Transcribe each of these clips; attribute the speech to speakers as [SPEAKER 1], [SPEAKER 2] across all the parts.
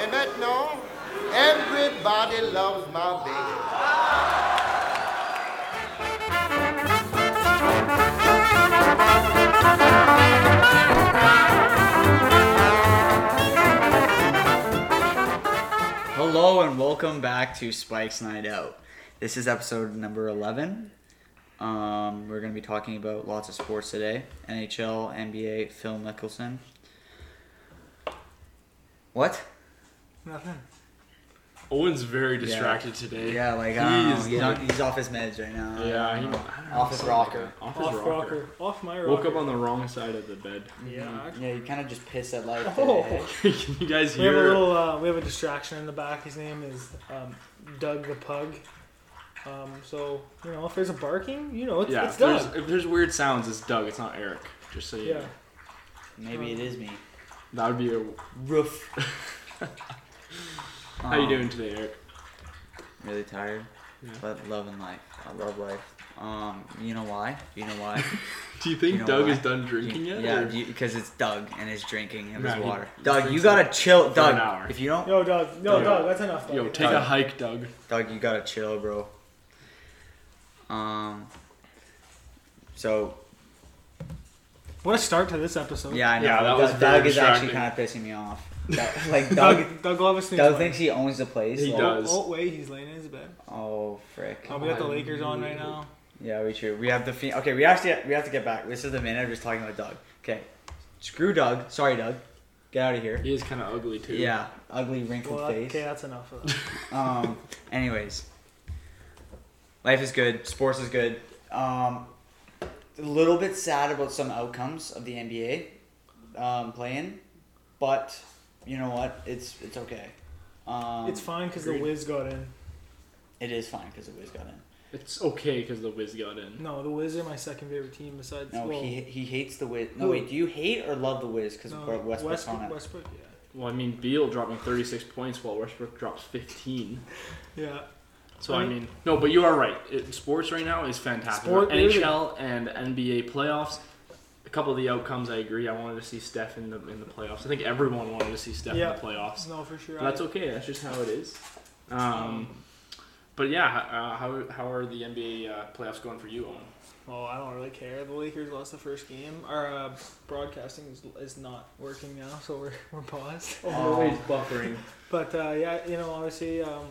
[SPEAKER 1] Emmett, no. Everybody loves my baby.
[SPEAKER 2] Hello and welcome back to Spike's Night Out. This is episode number 11. Um, we're going to be talking about lots of sports today NHL, NBA, Phil Mickelson. What?
[SPEAKER 3] Nothing.
[SPEAKER 4] Owen's very distracted today.
[SPEAKER 2] Yeah, like,
[SPEAKER 4] He
[SPEAKER 2] I don't know,
[SPEAKER 4] is
[SPEAKER 2] he's,
[SPEAKER 4] not-
[SPEAKER 2] not, he's off his meds right now.
[SPEAKER 4] yeah. He,
[SPEAKER 2] Off his rocker.
[SPEAKER 4] Off his
[SPEAKER 3] Off
[SPEAKER 4] rocker.
[SPEAKER 3] rocker. Off my rocker.
[SPEAKER 4] Woke up on the wrong side of the bed.
[SPEAKER 3] Yeah.
[SPEAKER 2] Yeah, you kind of just pissed at life.
[SPEAKER 3] Oh.
[SPEAKER 2] Today.
[SPEAKER 4] Can you guys
[SPEAKER 3] We have a
[SPEAKER 4] hear?
[SPEAKER 3] little. Uh, we have a distraction in the back. His name is um, Doug the Pug. Um, so you know, if there's a barking, you know, it's,
[SPEAKER 4] yeah.
[SPEAKER 3] it's
[SPEAKER 4] if, there's,
[SPEAKER 3] Doug.
[SPEAKER 4] if there's weird sounds, it's Doug. It's not Eric. Just so you
[SPEAKER 3] Yeah.
[SPEAKER 4] know.
[SPEAKER 2] Maybe it is me.
[SPEAKER 4] That would be a.
[SPEAKER 2] Roof.
[SPEAKER 4] How you doing today, Eric?
[SPEAKER 2] Um, Really tired,
[SPEAKER 4] Yeah.
[SPEAKER 2] but loving life. I love life. Um, you know why? You know why?
[SPEAKER 4] Do you think
[SPEAKER 2] You know
[SPEAKER 4] Doug
[SPEAKER 2] why?
[SPEAKER 4] is done drinking
[SPEAKER 2] You-
[SPEAKER 4] yet?
[SPEAKER 2] Yeah,
[SPEAKER 4] or-
[SPEAKER 2] because it's Doug and his drinking of
[SPEAKER 4] Yeah,
[SPEAKER 2] his
[SPEAKER 4] he-
[SPEAKER 2] water.
[SPEAKER 4] he
[SPEAKER 2] Doug,
[SPEAKER 4] drinks
[SPEAKER 2] you gotta chill, Doug.
[SPEAKER 4] an hour.
[SPEAKER 2] If you don't,
[SPEAKER 3] Yo, Doug. No,
[SPEAKER 4] Yo.
[SPEAKER 3] Doug. That's enough. Doug.
[SPEAKER 4] Yo, take a
[SPEAKER 2] Doug.
[SPEAKER 4] hike, Doug.
[SPEAKER 2] Doug, you gotta chill, bro. Um. So
[SPEAKER 3] What a start to this episode.
[SPEAKER 2] yeah, I know.
[SPEAKER 4] Yeah, that
[SPEAKER 2] Doug,
[SPEAKER 4] was very
[SPEAKER 2] Doug is actually kind of
[SPEAKER 4] distracting.
[SPEAKER 2] pissing me off. Doug- like Doug,
[SPEAKER 3] Doug. Doug Glover sneaks
[SPEAKER 2] Doug
[SPEAKER 3] one.
[SPEAKER 2] thinks he owns the place.
[SPEAKER 4] He
[SPEAKER 2] so-
[SPEAKER 4] does. Um,
[SPEAKER 3] Oh wait, he's laying in his bed.
[SPEAKER 2] Oh frick.
[SPEAKER 3] Oh, we got the Lakers on right now.
[SPEAKER 2] Yeah, we true. We have the Phoenix. Okay, we actually we have to get back. This is the minute of just talking about Doug. Okay, screw Doug. Sorry, Doug. Get out of here.
[SPEAKER 4] He is kind of ugly too.
[SPEAKER 2] Yeah, ugly wrinkled
[SPEAKER 3] Well,
[SPEAKER 2] face.
[SPEAKER 3] okay, that's enough of that.
[SPEAKER 2] Um. Anyways, life is good. Sports is good. Um, a little bit sad about some outcomes of the NBA um, playing, but you know what? It's it's okay. Um,
[SPEAKER 3] it's fine because the
[SPEAKER 4] Agreed.
[SPEAKER 3] Wiz got in.
[SPEAKER 2] It is fine because the Wiz got in.
[SPEAKER 4] It's okay because the Wiz got in.
[SPEAKER 3] No, the Wiz are my second favorite team besides.
[SPEAKER 2] No,
[SPEAKER 3] well,
[SPEAKER 2] he he hates the Wiz. No,
[SPEAKER 3] Who?
[SPEAKER 2] wait. Do you hate or love the Wiz? Because
[SPEAKER 3] no,
[SPEAKER 2] Westbrook's on it.
[SPEAKER 3] Westbrook. Westbrook. Yeah.
[SPEAKER 4] Well, I mean, Beal dropping 36 points while Westbrook drops 15.
[SPEAKER 3] Yeah.
[SPEAKER 4] So
[SPEAKER 3] I
[SPEAKER 4] I
[SPEAKER 3] mean-
[SPEAKER 4] mean, no, but you are right. It, sports right now is fantastic.
[SPEAKER 3] Sport-
[SPEAKER 4] NHL and NBA playoffs. A couple of the outcomes, I agree. I wanted to see Steph in the in the playoffs. I think everyone wanted to see Steph
[SPEAKER 3] Yeah.
[SPEAKER 4] in the playoffs.
[SPEAKER 3] No, for sure.
[SPEAKER 4] But that's okay. That's just how it is. Um, but yeah, h- uh, how how are the NBA uh, playoffs going for you, Owen?
[SPEAKER 3] Oh, I don't really care. The Lakers lost the first game. Our uh, broadcasting is, is not working now, so we're, we're paused.
[SPEAKER 4] Oh.
[SPEAKER 2] Always
[SPEAKER 4] buffering.
[SPEAKER 3] But uh, yeah, you know, obviously, um,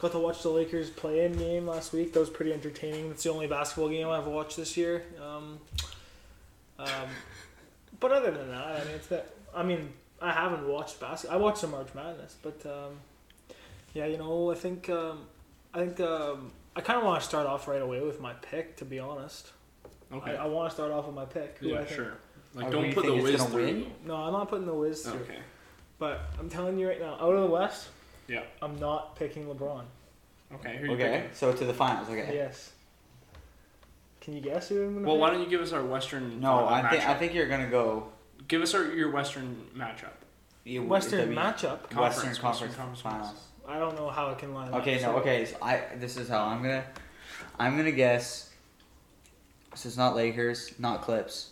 [SPEAKER 3] got to watch the Lakers play-in game last week. That was pretty entertaining. That's the only basketball game I've watched this year. Um, um, but other than that, I mean, it's that. I mean, I haven't watched basketball. I watched some March Madness, but um, yeah, you know, I think um, I think um, I kind of want to start off right away with my pick. To be honest.
[SPEAKER 4] Okay.
[SPEAKER 3] I, I want to start off with my pick. Who I
[SPEAKER 4] yeah,
[SPEAKER 3] think.
[SPEAKER 4] sure.
[SPEAKER 2] Oh,
[SPEAKER 4] Like,
[SPEAKER 2] who
[SPEAKER 4] don't
[SPEAKER 2] you
[SPEAKER 4] put the
[SPEAKER 2] think is
[SPEAKER 4] Wiz
[SPEAKER 2] gonna
[SPEAKER 4] through. Oh,
[SPEAKER 2] win?
[SPEAKER 3] No, I'm not putting the Wiz through.
[SPEAKER 4] Okay.
[SPEAKER 3] But I'm telling you right now, out of the West,
[SPEAKER 4] Yeah.
[SPEAKER 3] I'm not picking LeBron.
[SPEAKER 4] Okay. Who are you
[SPEAKER 2] Okay,
[SPEAKER 4] picking?
[SPEAKER 2] so to the finals. Okay.
[SPEAKER 3] Yes. Can you guess who I'm gonna
[SPEAKER 4] Eh. Well,
[SPEAKER 3] pick?
[SPEAKER 4] why don't you give us our Western?
[SPEAKER 2] No,
[SPEAKER 4] uh,
[SPEAKER 2] I think I
[SPEAKER 4] matchup.
[SPEAKER 2] think you're gonna go.
[SPEAKER 4] Give us our, your Western matchup.
[SPEAKER 2] you-
[SPEAKER 3] Western
[SPEAKER 2] W-
[SPEAKER 3] matchup?
[SPEAKER 2] Western
[SPEAKER 4] Conference,
[SPEAKER 2] Conference,
[SPEAKER 4] Western Conference
[SPEAKER 2] Finals.
[SPEAKER 3] I don't know how it can line up.
[SPEAKER 2] Okay, no,
[SPEAKER 3] so-
[SPEAKER 2] okay. So I this is how I'm gonna, I'm gonna guess. So it's not Lakers, not Clips.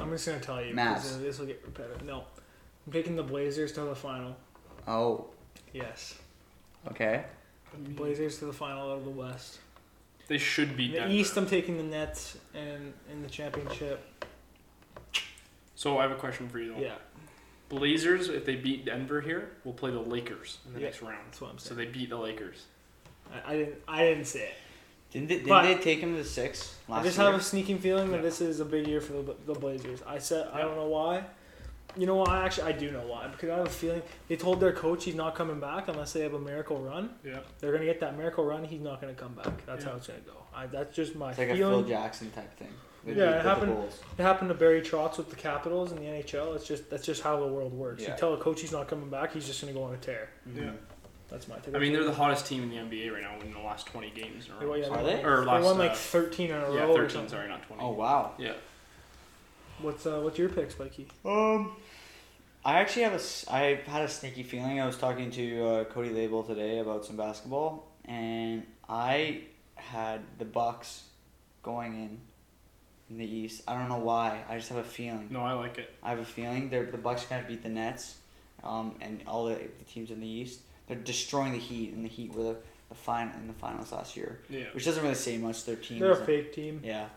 [SPEAKER 3] I'm just gonna tell you.
[SPEAKER 2] Mavs.
[SPEAKER 3] 'cause, uh, This will get repetitive. No, I'm picking the Blazers to the final.
[SPEAKER 2] Oh,
[SPEAKER 3] Yes,
[SPEAKER 2] okay.
[SPEAKER 4] Mm.
[SPEAKER 3] Blazers to the final out of the West.
[SPEAKER 4] They should be
[SPEAKER 3] In the East, I'm taking the Nets and in the championship.
[SPEAKER 4] So I have a question for you. Though.
[SPEAKER 3] Yeah,
[SPEAKER 4] Blazers, if they beat Denver here, will play the Lakers in the
[SPEAKER 3] Yeah,
[SPEAKER 4] next round.
[SPEAKER 3] that's what I'm
[SPEAKER 4] So
[SPEAKER 3] saying.
[SPEAKER 4] they beat the Lakers.
[SPEAKER 3] I, I didn't. I didn't say it.
[SPEAKER 2] Didn't they, didn't
[SPEAKER 3] But-
[SPEAKER 2] they take him to the six last
[SPEAKER 3] I just
[SPEAKER 2] year?
[SPEAKER 3] have a sneaking feeling that
[SPEAKER 4] Yeah.
[SPEAKER 3] this is a big year for the, the Blazers. I said I
[SPEAKER 4] Yeah.
[SPEAKER 3] don't know why. You know what? I actually I do know why because I have a feeling they told their coach he's not coming back unless they have a miracle run.
[SPEAKER 4] Yeah.
[SPEAKER 3] They're gonna get that miracle run. He's not gonna come back. That's
[SPEAKER 4] Yeah.
[SPEAKER 3] how it's gonna go. I, that's just my
[SPEAKER 2] It's like a Phil
[SPEAKER 3] feeling.
[SPEAKER 2] Jackson type thing.
[SPEAKER 3] Yeah,
[SPEAKER 2] the-
[SPEAKER 3] it
[SPEAKER 2] the
[SPEAKER 3] happened-
[SPEAKER 2] Bulls.
[SPEAKER 3] it happened to Barry Trotz with the Capitals in the NHL. It's just that's just how the world works.
[SPEAKER 2] Yeah.
[SPEAKER 3] You tell a coach he's not coming back, he's just gonna go on a tear. That's my take.
[SPEAKER 4] I mean, they're the hottest team in the NBA right now in the last 20 games. In a
[SPEAKER 3] They
[SPEAKER 4] row.
[SPEAKER 3] won- yeah,
[SPEAKER 2] Are
[SPEAKER 3] they,
[SPEAKER 2] they?
[SPEAKER 3] won-
[SPEAKER 4] Or
[SPEAKER 3] they
[SPEAKER 4] last,
[SPEAKER 3] won
[SPEAKER 4] uh,
[SPEAKER 3] like thirteen in a row.
[SPEAKER 4] yeah,
[SPEAKER 3] or
[SPEAKER 4] 13,
[SPEAKER 3] something.
[SPEAKER 4] sorry, not 20.
[SPEAKER 2] Oh wow.
[SPEAKER 4] Yeah.
[SPEAKER 3] What's uh, what's your picks, Mikey?
[SPEAKER 2] Um, I actually have a s- I had a sneaky feeling. I was talking to uh, Cody Label today about some basketball, and I had the Bucks going in in the East. I don't know why. I just have a feeling.
[SPEAKER 4] No, I like it.
[SPEAKER 2] I have a feeling they're the Bucks are gonna beat the Nets, um, and all the, the teams in the East. They're destroying the Heat, and the Heat were the, the final in the finals last year,
[SPEAKER 4] Yeah.
[SPEAKER 2] which doesn't really say much. Their team,
[SPEAKER 3] They're a
[SPEAKER 2] isn't-
[SPEAKER 3] fake team.
[SPEAKER 2] yeah,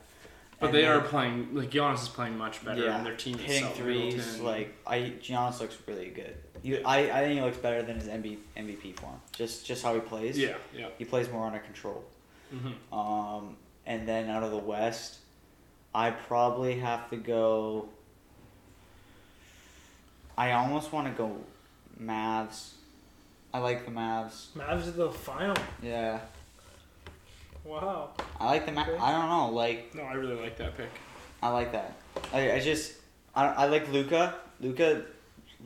[SPEAKER 4] But
[SPEAKER 2] And
[SPEAKER 4] they
[SPEAKER 2] they're
[SPEAKER 4] are playing like Giannis is playing much better,
[SPEAKER 2] Yeah.
[SPEAKER 4] and their team is
[SPEAKER 2] hitting
[SPEAKER 4] so
[SPEAKER 2] threes.
[SPEAKER 4] Middleton.
[SPEAKER 2] Like I, Giannis looks really good. You, I, I think he looks better than his MB, MVP form. Just just how he plays.
[SPEAKER 4] yeah, yeah.
[SPEAKER 2] he plays more under control.
[SPEAKER 4] hmm
[SPEAKER 2] Um, and then out of the West, I probably have to go. I almost want to go Mavs. I like the Mavs.
[SPEAKER 3] Mavs are the final.
[SPEAKER 2] Yeah.
[SPEAKER 3] Wow.
[SPEAKER 2] I like the Ma-
[SPEAKER 3] Okay.
[SPEAKER 2] I don't know. Like
[SPEAKER 4] No, I really like that pick.
[SPEAKER 2] I like that. I, I just I, I like Luca. Luca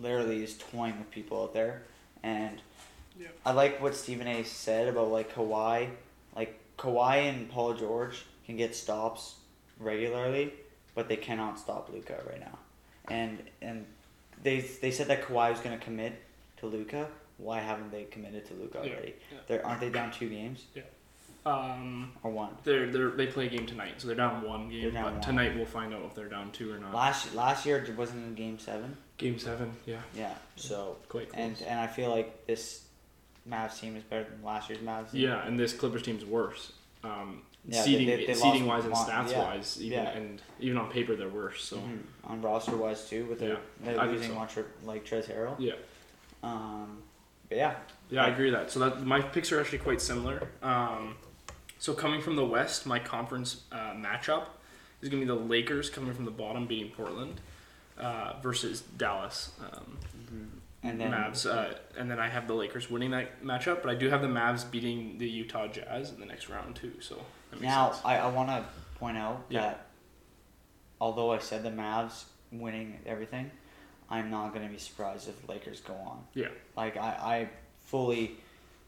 [SPEAKER 2] literally is toying with people out there, and
[SPEAKER 4] Yep.
[SPEAKER 2] I like what Stephen A. said about like Kawhi. Like Kawhi and Paul George can get stops regularly, but they cannot stop Luca right now. And and they they said that Kawhi was going to commit to Luca. Why haven't they committed to Luca
[SPEAKER 4] Yeah,
[SPEAKER 2] already?
[SPEAKER 4] yeah.
[SPEAKER 2] There aren't they down two games
[SPEAKER 4] Um,
[SPEAKER 2] or one?
[SPEAKER 4] they're they are they play a game tonight, so they're down one game.
[SPEAKER 2] They're down
[SPEAKER 4] but
[SPEAKER 2] one.
[SPEAKER 4] tonight we'll find out if they're down two or not.
[SPEAKER 2] Last last year wasn't it game seven.
[SPEAKER 4] Game seven, yeah,
[SPEAKER 2] Yeah. So
[SPEAKER 4] quite close.
[SPEAKER 2] and and I feel like this Mavs team is better than last year's Mavs. Team.
[SPEAKER 4] yeah, and this Clippers team's worse. Um,
[SPEAKER 2] Yeah, they-
[SPEAKER 4] seeding,
[SPEAKER 2] they- they
[SPEAKER 4] seeding wise
[SPEAKER 2] lost
[SPEAKER 4] and
[SPEAKER 2] one-
[SPEAKER 4] stats
[SPEAKER 2] yeah,
[SPEAKER 4] wise, even
[SPEAKER 2] yeah.
[SPEAKER 4] and even on paper they're worse. So
[SPEAKER 2] Mhm. on roster wise too, with their
[SPEAKER 4] Yeah,
[SPEAKER 2] they're
[SPEAKER 4] I think
[SPEAKER 2] losing
[SPEAKER 4] so.
[SPEAKER 2] one trip like Trez Harrell.
[SPEAKER 4] yeah,
[SPEAKER 2] Um, but yeah,
[SPEAKER 4] Yeah, I agree with that. So that my picks are actually quite similar. Um, so coming from the West, my conference uh, matchup is going to be the Lakers coming from the bottom, beating Portland, uh, versus Dallas um,
[SPEAKER 2] and then
[SPEAKER 4] Mavs, uh, and then I have the Lakers winning that matchup. But I do have the Mavs beating the Utah Jazz in the next round too. So that makes
[SPEAKER 2] now
[SPEAKER 4] sense.
[SPEAKER 2] I, I want to point out
[SPEAKER 4] Yeah.
[SPEAKER 2] that although I said the Mavs winning everything, I'm not going to be surprised if the Lakers go on.
[SPEAKER 4] Yeah.
[SPEAKER 2] Like I, I fully,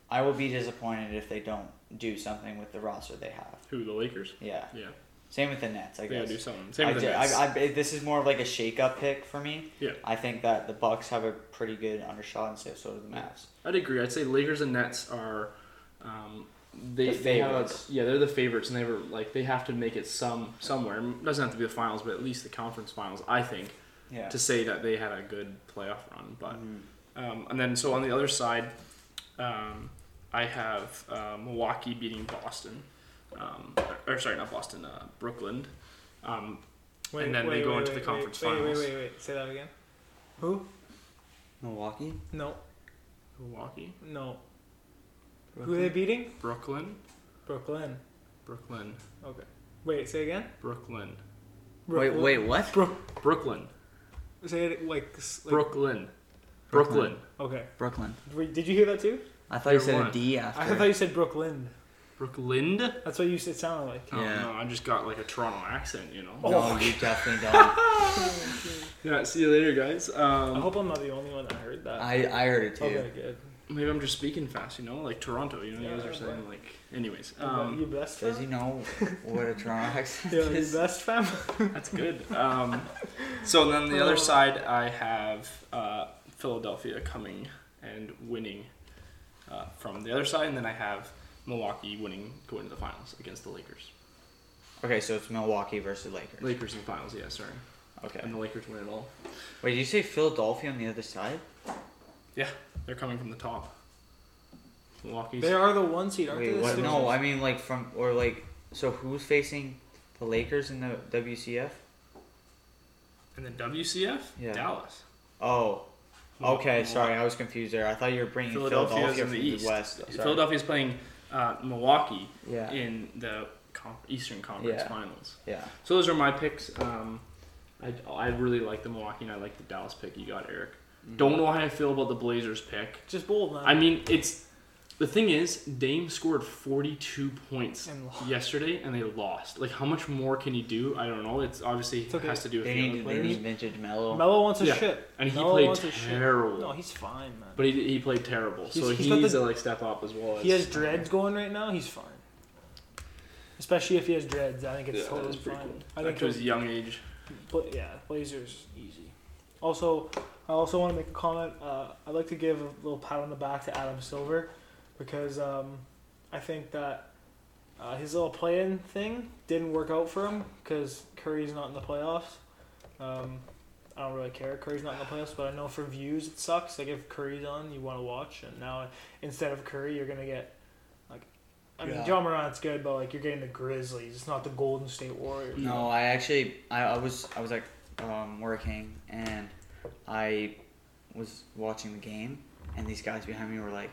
[SPEAKER 2] I will be disappointed if they don't do something with the roster they have.
[SPEAKER 4] Who the Lakers?
[SPEAKER 2] Yeah.
[SPEAKER 4] Yeah,
[SPEAKER 2] Same with the Nets, I
[SPEAKER 4] they gotta
[SPEAKER 2] guess.
[SPEAKER 4] do something. Same
[SPEAKER 2] I
[SPEAKER 4] with the
[SPEAKER 2] did-
[SPEAKER 4] Nets.
[SPEAKER 2] I, I- this is more of like a shake-up pick for me.
[SPEAKER 4] Yeah.
[SPEAKER 2] I think that the Bucks have a pretty good undershot, and so so do the Mavs.
[SPEAKER 4] I'd agree. I'd say Lakers and Nets are, um, they
[SPEAKER 2] The
[SPEAKER 4] they have a-
[SPEAKER 2] favorites.
[SPEAKER 4] yeah they're the favorites and they were like they have to make it some somewhere. It doesn't have to be the finals, but at least the conference finals. I think
[SPEAKER 2] Yeah.
[SPEAKER 4] to say that they had a good playoff run. But
[SPEAKER 2] Mhm.
[SPEAKER 4] um, and then so on the other side, um, I have uh, Milwaukee beating Boston, um, or, or sorry, not Boston, uh, Brooklyn. Um, And then they go into the conference
[SPEAKER 3] wait,
[SPEAKER 4] finals.
[SPEAKER 3] Wait, wait, wait. Say that again. Who?
[SPEAKER 2] Milwaukee.
[SPEAKER 3] No,
[SPEAKER 4] Milwaukee,
[SPEAKER 3] no. Who are they
[SPEAKER 4] Brooklyn,
[SPEAKER 3] beating?
[SPEAKER 4] Brooklyn,
[SPEAKER 3] Brooklyn.
[SPEAKER 4] Brooklyn,
[SPEAKER 3] Okay. Wait, say again.
[SPEAKER 4] Brooklyn,
[SPEAKER 3] Brooklyn.
[SPEAKER 2] what?
[SPEAKER 4] Brooklyn,
[SPEAKER 3] Say it like. s- like
[SPEAKER 4] Brooklyn,
[SPEAKER 2] Brooklyn.
[SPEAKER 4] Brooklyn.
[SPEAKER 3] Okay.
[SPEAKER 2] Brooklyn.
[SPEAKER 3] Wait, Did you hear that too?
[SPEAKER 2] I
[SPEAKER 4] thought you said a They're
[SPEAKER 2] D
[SPEAKER 3] I thought you said Brooklyn.
[SPEAKER 4] Brooklyn?
[SPEAKER 3] That's what you said. Sounded like.
[SPEAKER 4] Oh,
[SPEAKER 2] Yeah.
[SPEAKER 4] no, I just got like a Toronto accent, you know.
[SPEAKER 3] Oh.
[SPEAKER 2] No, you definitely don't.
[SPEAKER 4] Yeah, see you later, guys.
[SPEAKER 3] I
[SPEAKER 4] Um,
[SPEAKER 3] hope I'm not the only one that heard that.
[SPEAKER 2] I, I heard it too.
[SPEAKER 3] okay, good.
[SPEAKER 4] maybe I'm just speaking fast, you know, like Toronto. You know, you guys are saying like. Anyways,
[SPEAKER 3] you
[SPEAKER 4] um,
[SPEAKER 3] best
[SPEAKER 2] Does he
[SPEAKER 3] fam.
[SPEAKER 2] know what a Toronto accent
[SPEAKER 3] Yeah, you
[SPEAKER 2] is?
[SPEAKER 3] best fam.
[SPEAKER 4] that's good. Um, so then the other side, I have uh, Philadelphia coming and winning uh, from the other side, and then I have Milwaukee winning going to the finals against the Lakers.
[SPEAKER 2] Okay, so it's Milwaukee versus Lakers.
[SPEAKER 4] Lakers in the finals, yeah, sorry,
[SPEAKER 2] Okay.
[SPEAKER 4] and the Lakers win it all.
[SPEAKER 2] Wait, did you say Philadelphia on the other side?
[SPEAKER 4] Yeah, they're coming from the top. Milwaukee's
[SPEAKER 3] they are the one seed, aren't
[SPEAKER 2] Wait,
[SPEAKER 3] they?
[SPEAKER 2] what?
[SPEAKER 3] The
[SPEAKER 2] No, I mean like from or like. So who's facing the Lakers in the WCF?
[SPEAKER 4] in the WCF.
[SPEAKER 2] Yeah.
[SPEAKER 4] Dallas.
[SPEAKER 2] Oh, okay.
[SPEAKER 4] Milwaukee.
[SPEAKER 2] Sorry, I was confused there. I thought you were bringing
[SPEAKER 4] Philadelphia's
[SPEAKER 2] Philadelphia,
[SPEAKER 4] Hmm. in
[SPEAKER 2] from
[SPEAKER 4] the
[SPEAKER 2] the,
[SPEAKER 4] East.
[SPEAKER 2] West. Sorry.
[SPEAKER 4] Philadelphia's playing uh, Milwaukee
[SPEAKER 2] Yeah.
[SPEAKER 4] in the con- Eastern Conference
[SPEAKER 2] Yeah.
[SPEAKER 4] Finals.
[SPEAKER 2] Yeah.
[SPEAKER 4] So those are my picks. Um, I, I really like the Milwaukee and I like the Dallas pick you got, Eric.
[SPEAKER 2] Mm-hmm.
[SPEAKER 4] Don't know how I feel about the Blazers pick.
[SPEAKER 3] Just bold, man.
[SPEAKER 4] I
[SPEAKER 2] Um,
[SPEAKER 4] mean, it's the thing is Dame scored 42 points
[SPEAKER 3] And lost.
[SPEAKER 4] yesterday and they lost. Like, how much more can he do? I don't know. It's obviously
[SPEAKER 3] It's okay.
[SPEAKER 4] has to do with
[SPEAKER 2] They
[SPEAKER 4] the other
[SPEAKER 2] need they
[SPEAKER 4] players.
[SPEAKER 2] need vintage Mellow.
[SPEAKER 3] Melo wants a
[SPEAKER 4] Yeah,
[SPEAKER 3] shit.
[SPEAKER 4] and he
[SPEAKER 3] Melo
[SPEAKER 4] played
[SPEAKER 3] wants a shit.
[SPEAKER 4] terrible.
[SPEAKER 3] No, he's fine, man.
[SPEAKER 4] But he, he played terrible, so
[SPEAKER 3] He's- he's
[SPEAKER 4] he
[SPEAKER 3] got
[SPEAKER 4] needs
[SPEAKER 3] the-
[SPEAKER 4] to like step up as well.
[SPEAKER 3] he
[SPEAKER 4] as-
[SPEAKER 3] has dreads going right now. He's fine. Especially if he has dreads, I think it's
[SPEAKER 4] Yeah, that
[SPEAKER 3] totally
[SPEAKER 4] is pretty
[SPEAKER 3] fine.
[SPEAKER 4] cool.
[SPEAKER 3] I
[SPEAKER 4] Back
[SPEAKER 3] think
[SPEAKER 4] to his young age.
[SPEAKER 3] But yeah, Blazers easy. Also, I also want to make a comment. Uh, I'd like to give a little pat on the back to Adam Silver because um, I think that uh, his little play-in thing didn't work out for him because Curry's not in the playoffs. Um, I don't really care. Curry's not in the playoffs, but I know for views it sucks. Like if Curry's on, you want to watch, and now instead of Curry, you're gonna get like, I mean,
[SPEAKER 2] Yeah.
[SPEAKER 3] John Morant's good, but like you're getting the Grizzlies. It's not the Golden State Warriors.
[SPEAKER 2] No, I actually I, I was I was like um, working and I was watching the game and these guys behind me were like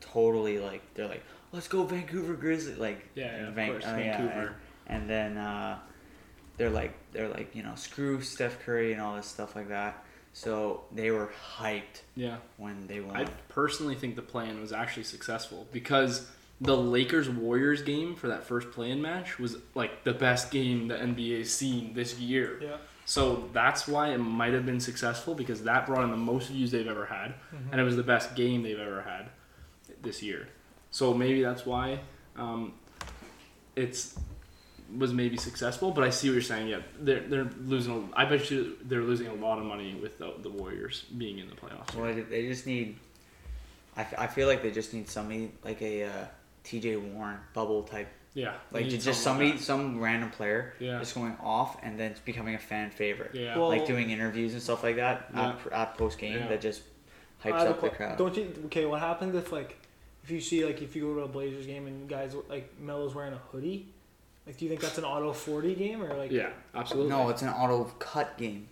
[SPEAKER 2] totally like they're like let's go Vancouver Grizzly like
[SPEAKER 4] Yeah, yeah, of
[SPEAKER 2] Van-
[SPEAKER 4] course,
[SPEAKER 2] oh, yeah,
[SPEAKER 4] Vancouver.
[SPEAKER 2] and, and then uh, they're like they're like you know screw Steph Curry and all this stuff like that so they were hyped
[SPEAKER 4] Yeah.
[SPEAKER 2] when they won
[SPEAKER 4] I personally think the plan was actually successful because the Lakers Warriors game for that first play-in match was like the best game the NBA's seen this year.
[SPEAKER 3] Yeah.
[SPEAKER 4] So that's why it might have been successful because that brought in the most views they've ever had, and it was the best game they've ever had this year. So maybe that's why um, it's was maybe successful. But I see what you're saying. Yeah, they're they're losing. A, I bet you they're losing a lot of money with the, the Warriors being in the playoffs.
[SPEAKER 2] Well, they- they just need. I, f- I feel like they just need somebody like a uh, T.J. Warren bubble type,
[SPEAKER 4] Yeah, they
[SPEAKER 2] like ju-
[SPEAKER 4] need
[SPEAKER 2] just
[SPEAKER 4] someone
[SPEAKER 2] somebody,
[SPEAKER 4] like
[SPEAKER 2] some random player,
[SPEAKER 4] Yeah.
[SPEAKER 2] just going off and then becoming a fan favorite.
[SPEAKER 4] that. Yeah.
[SPEAKER 3] Well,
[SPEAKER 2] like doing interviews and stuff like that
[SPEAKER 4] Yeah.
[SPEAKER 2] at, pr- at post game
[SPEAKER 4] Yeah.
[SPEAKER 2] that just
[SPEAKER 3] I
[SPEAKER 2] hypes
[SPEAKER 3] have a
[SPEAKER 2] up the
[SPEAKER 3] que-
[SPEAKER 2] crowd.
[SPEAKER 3] Don't you? Okay, what happens if like if you see like if you go to a Blazers game and guys like Melo's wearing a hoodie? Like, do you think that's an auto forty game or like
[SPEAKER 4] yeah, absolutely.
[SPEAKER 2] No, it's an auto cut game.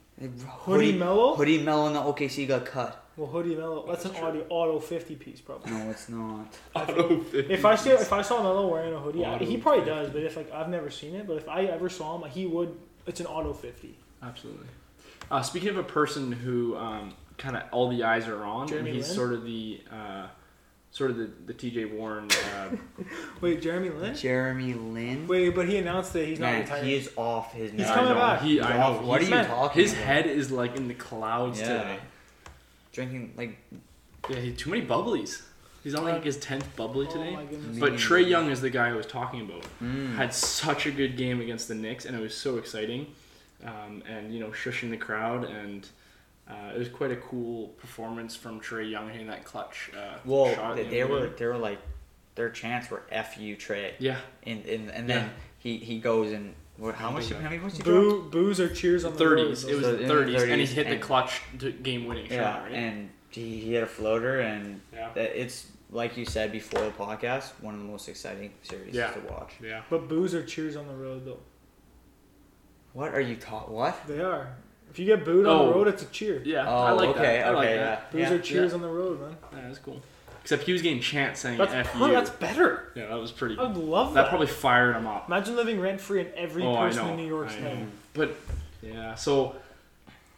[SPEAKER 3] hoodie Melo?
[SPEAKER 2] Hoodie Melo and the OKC got cut.
[SPEAKER 3] Well, hoodie Melo. That's an audio, auto fifty piece probably.
[SPEAKER 2] No, it's not.
[SPEAKER 4] Auto fifty.
[SPEAKER 3] If I see if I saw Melo wearing a hoodie, I,
[SPEAKER 4] Auto
[SPEAKER 3] he probably
[SPEAKER 4] 50.
[SPEAKER 3] does. But if like I've never seen it, but if I ever saw him, he would. It's an auto fifty.
[SPEAKER 4] Absolutely. Uh, speaking of a person who um, kind of all the eyes are on,
[SPEAKER 3] Jeremy
[SPEAKER 4] and he's
[SPEAKER 3] Lin?
[SPEAKER 4] sort of the uh, sort of the, the TJ Warren. Uh,
[SPEAKER 3] Wait, Jeremy Lin.
[SPEAKER 2] Jeremy Lin.
[SPEAKER 3] Wait, but he announced that he's not
[SPEAKER 2] Man,
[SPEAKER 3] retiring.
[SPEAKER 2] he is off his.
[SPEAKER 3] He's
[SPEAKER 2] nut.
[SPEAKER 3] coming
[SPEAKER 4] I know,
[SPEAKER 3] back.
[SPEAKER 4] He,
[SPEAKER 2] He's
[SPEAKER 4] I
[SPEAKER 2] off.
[SPEAKER 4] know.
[SPEAKER 2] What are
[SPEAKER 4] he's-
[SPEAKER 2] you
[SPEAKER 3] man,
[SPEAKER 2] talking
[SPEAKER 4] His
[SPEAKER 2] about?
[SPEAKER 4] head is like in the clouds today.
[SPEAKER 2] Drinking like
[SPEAKER 4] Yeah, he too many bubblies. He's on like his tenth bubbly
[SPEAKER 3] Uh, Oh
[SPEAKER 4] today.
[SPEAKER 3] my goodness.
[SPEAKER 4] But Trey
[SPEAKER 2] Mm.
[SPEAKER 4] Young is the guy I was talking about. Had such a good game against the Knicks, and it was so exciting. Um, and you know, shushing the crowd, and uh, it was quite a cool performance from Trey Young hitting that clutch uh,
[SPEAKER 2] well,
[SPEAKER 4] shot.
[SPEAKER 2] they,
[SPEAKER 4] in
[SPEAKER 2] they
[SPEAKER 4] the
[SPEAKER 2] were
[SPEAKER 4] game.
[SPEAKER 2] they were like their chants were "F you, Trey,"
[SPEAKER 4] yeah,
[SPEAKER 2] and and, and
[SPEAKER 4] Yeah.
[SPEAKER 2] then he he goes and what, how much
[SPEAKER 4] Big
[SPEAKER 2] how many points he dropped?
[SPEAKER 3] Boo, boos or cheers on the
[SPEAKER 4] thirties.
[SPEAKER 3] road.
[SPEAKER 4] It was
[SPEAKER 2] So in
[SPEAKER 4] the
[SPEAKER 2] the
[SPEAKER 4] thirties, and he
[SPEAKER 2] 30s,
[SPEAKER 4] hit the
[SPEAKER 2] and-
[SPEAKER 4] clutch to game-winning
[SPEAKER 2] Yeah,
[SPEAKER 4] shot. Right?
[SPEAKER 2] and he, he had a floater, and
[SPEAKER 4] Yeah.
[SPEAKER 2] that, it's like you said before the podcast, one of the most exciting series
[SPEAKER 4] Yeah.
[SPEAKER 2] to watch.
[SPEAKER 4] yeah.
[SPEAKER 3] But boos or cheers on the road though.
[SPEAKER 2] What are you taught? What?
[SPEAKER 3] They are. If you get booed on
[SPEAKER 4] Oh.
[SPEAKER 3] the road, it's a cheer.
[SPEAKER 4] Yeah,
[SPEAKER 2] oh,
[SPEAKER 4] I like
[SPEAKER 2] okay,
[SPEAKER 4] that. I
[SPEAKER 2] okay,
[SPEAKER 4] like that.
[SPEAKER 2] yeah.
[SPEAKER 3] Boos
[SPEAKER 2] yeah.
[SPEAKER 3] are cheers on the road, man.
[SPEAKER 4] Yeah, that's cool. Except he was getting chants saying
[SPEAKER 3] That's,
[SPEAKER 4] "F
[SPEAKER 3] oh,
[SPEAKER 4] you."
[SPEAKER 3] that's better.
[SPEAKER 4] Yeah, that was pretty.
[SPEAKER 3] I would love that.
[SPEAKER 4] That probably fired him up.
[SPEAKER 3] Imagine living rent free in every
[SPEAKER 4] Oh, I
[SPEAKER 3] person
[SPEAKER 4] know,
[SPEAKER 3] in New York's
[SPEAKER 4] I know.
[SPEAKER 3] head.
[SPEAKER 4] But yeah, so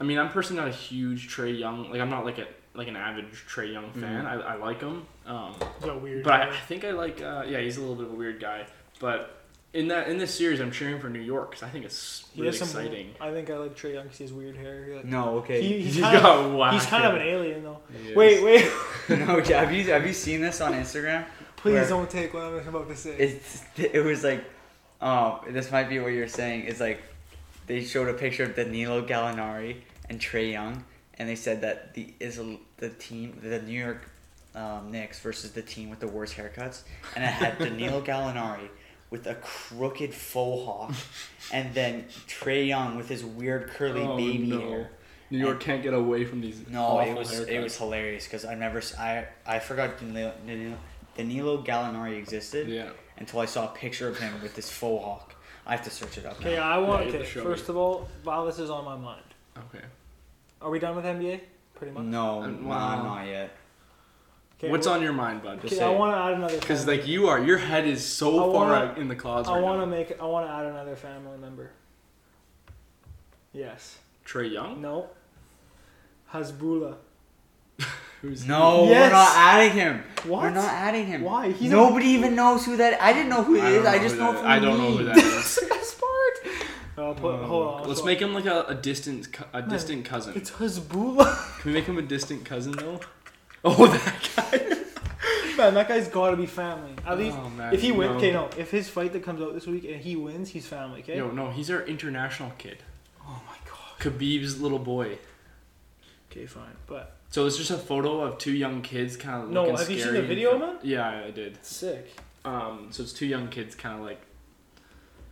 [SPEAKER 4] I mean, I'm personally not a huge Trey Young. Like, I'm not like a like an avid Trey Young fan. I, I like him, um,
[SPEAKER 3] Is that weird?
[SPEAKER 4] but I, I think I like. Uh, yeah, he's a little bit of a weird guy. But in that in this series, I'm cheering for New York because I think it's
[SPEAKER 3] He
[SPEAKER 4] really
[SPEAKER 3] has some-
[SPEAKER 4] exciting.
[SPEAKER 3] I think I like Trey Young because he has weird hair. He, like-
[SPEAKER 2] No, okay.
[SPEAKER 3] he- he's,
[SPEAKER 4] He
[SPEAKER 3] kind
[SPEAKER 4] got
[SPEAKER 3] of,
[SPEAKER 4] whacked,
[SPEAKER 3] he's kind of
[SPEAKER 4] yeah.
[SPEAKER 3] an alien though.
[SPEAKER 4] He is.
[SPEAKER 3] Wait, wait,
[SPEAKER 2] no, yeah, have you have you seen this on Instagram?
[SPEAKER 3] please
[SPEAKER 2] Where-
[SPEAKER 3] don't take what I'm about to say.
[SPEAKER 2] It's it was like, um, this might be what you're saying. It's like they showed a picture of Danilo Gallinari and Trey Young, and they said that the is a, the team the New York um, Knicks versus the team with the worst haircuts, and it had Danilo Gallinari with a crooked faux hawk, and then Trey Young with his weird curly
[SPEAKER 4] Oh,
[SPEAKER 2] baby
[SPEAKER 4] no.
[SPEAKER 2] hair.
[SPEAKER 4] New York can't get away from these.
[SPEAKER 2] No,
[SPEAKER 4] awful
[SPEAKER 2] it was it
[SPEAKER 4] haircuts.
[SPEAKER 2] was hilarious because I never s- I I forgot Danilo, Danilo, Danilo Gallinari existed
[SPEAKER 4] Yeah.
[SPEAKER 2] until I saw a picture of him with this faux hawk. I have to search it up.
[SPEAKER 3] okay,
[SPEAKER 2] now.
[SPEAKER 3] I want.
[SPEAKER 4] Yeah, you have
[SPEAKER 3] okay,
[SPEAKER 4] to show
[SPEAKER 3] first of all, while this is on my mind,
[SPEAKER 4] Okay.
[SPEAKER 3] are we done with NBA? Pretty much.
[SPEAKER 2] No,
[SPEAKER 4] Uh,
[SPEAKER 2] no,
[SPEAKER 4] wow.
[SPEAKER 2] not yet.
[SPEAKER 3] Okay,
[SPEAKER 4] What's
[SPEAKER 3] well-
[SPEAKER 4] on your mind, bud?
[SPEAKER 3] Okay,
[SPEAKER 4] Just
[SPEAKER 3] I
[SPEAKER 4] say.
[SPEAKER 3] want to add another.
[SPEAKER 4] Because
[SPEAKER 3] family.
[SPEAKER 4] like you are, your head is so
[SPEAKER 3] I
[SPEAKER 4] far
[SPEAKER 3] wanna-
[SPEAKER 4] out in the clouds
[SPEAKER 3] I
[SPEAKER 4] right
[SPEAKER 3] want to
[SPEAKER 4] now.
[SPEAKER 3] make. I want to add another family member. Yes.
[SPEAKER 4] Trey Young.
[SPEAKER 3] No. Hasbula.
[SPEAKER 4] Who's
[SPEAKER 2] No,
[SPEAKER 3] Yes.
[SPEAKER 2] we're not adding him. We're
[SPEAKER 3] What?
[SPEAKER 2] not adding him.
[SPEAKER 3] Why? He's a-
[SPEAKER 2] Nobody even knows who that. I didn't know who it
[SPEAKER 4] I don't
[SPEAKER 2] is.
[SPEAKER 4] know
[SPEAKER 2] I
[SPEAKER 4] who
[SPEAKER 2] just
[SPEAKER 4] that
[SPEAKER 2] know.
[SPEAKER 4] is.
[SPEAKER 2] From
[SPEAKER 4] I don't know who that is.
[SPEAKER 3] Smart. Uh, put, hold on.
[SPEAKER 4] Let's
[SPEAKER 3] so-
[SPEAKER 4] make him like a, a distant, co- a distant cousin.
[SPEAKER 3] It's Hasbula.
[SPEAKER 4] Can we make him a distant cousin though? Oh, that guy.
[SPEAKER 3] man, that guy's got to be family. At least
[SPEAKER 4] Oh, man,
[SPEAKER 3] if he wins.
[SPEAKER 4] no.
[SPEAKER 3] Okay, no. If his fight that comes out this week and he wins, he's family. Okay.
[SPEAKER 4] Yo, no, he's our international kid,
[SPEAKER 3] Oh my god.
[SPEAKER 4] Khabib's little boy.
[SPEAKER 3] Okay, fine. But
[SPEAKER 4] So it's just a photo of two young kids, kind of.
[SPEAKER 3] No,
[SPEAKER 4] looking
[SPEAKER 3] have you seen
[SPEAKER 4] scary
[SPEAKER 3] the
[SPEAKER 4] and
[SPEAKER 3] video,
[SPEAKER 4] fr-
[SPEAKER 3] man?
[SPEAKER 4] Yeah, I did.
[SPEAKER 3] sick.
[SPEAKER 4] Um, so it's two young kids, kind of like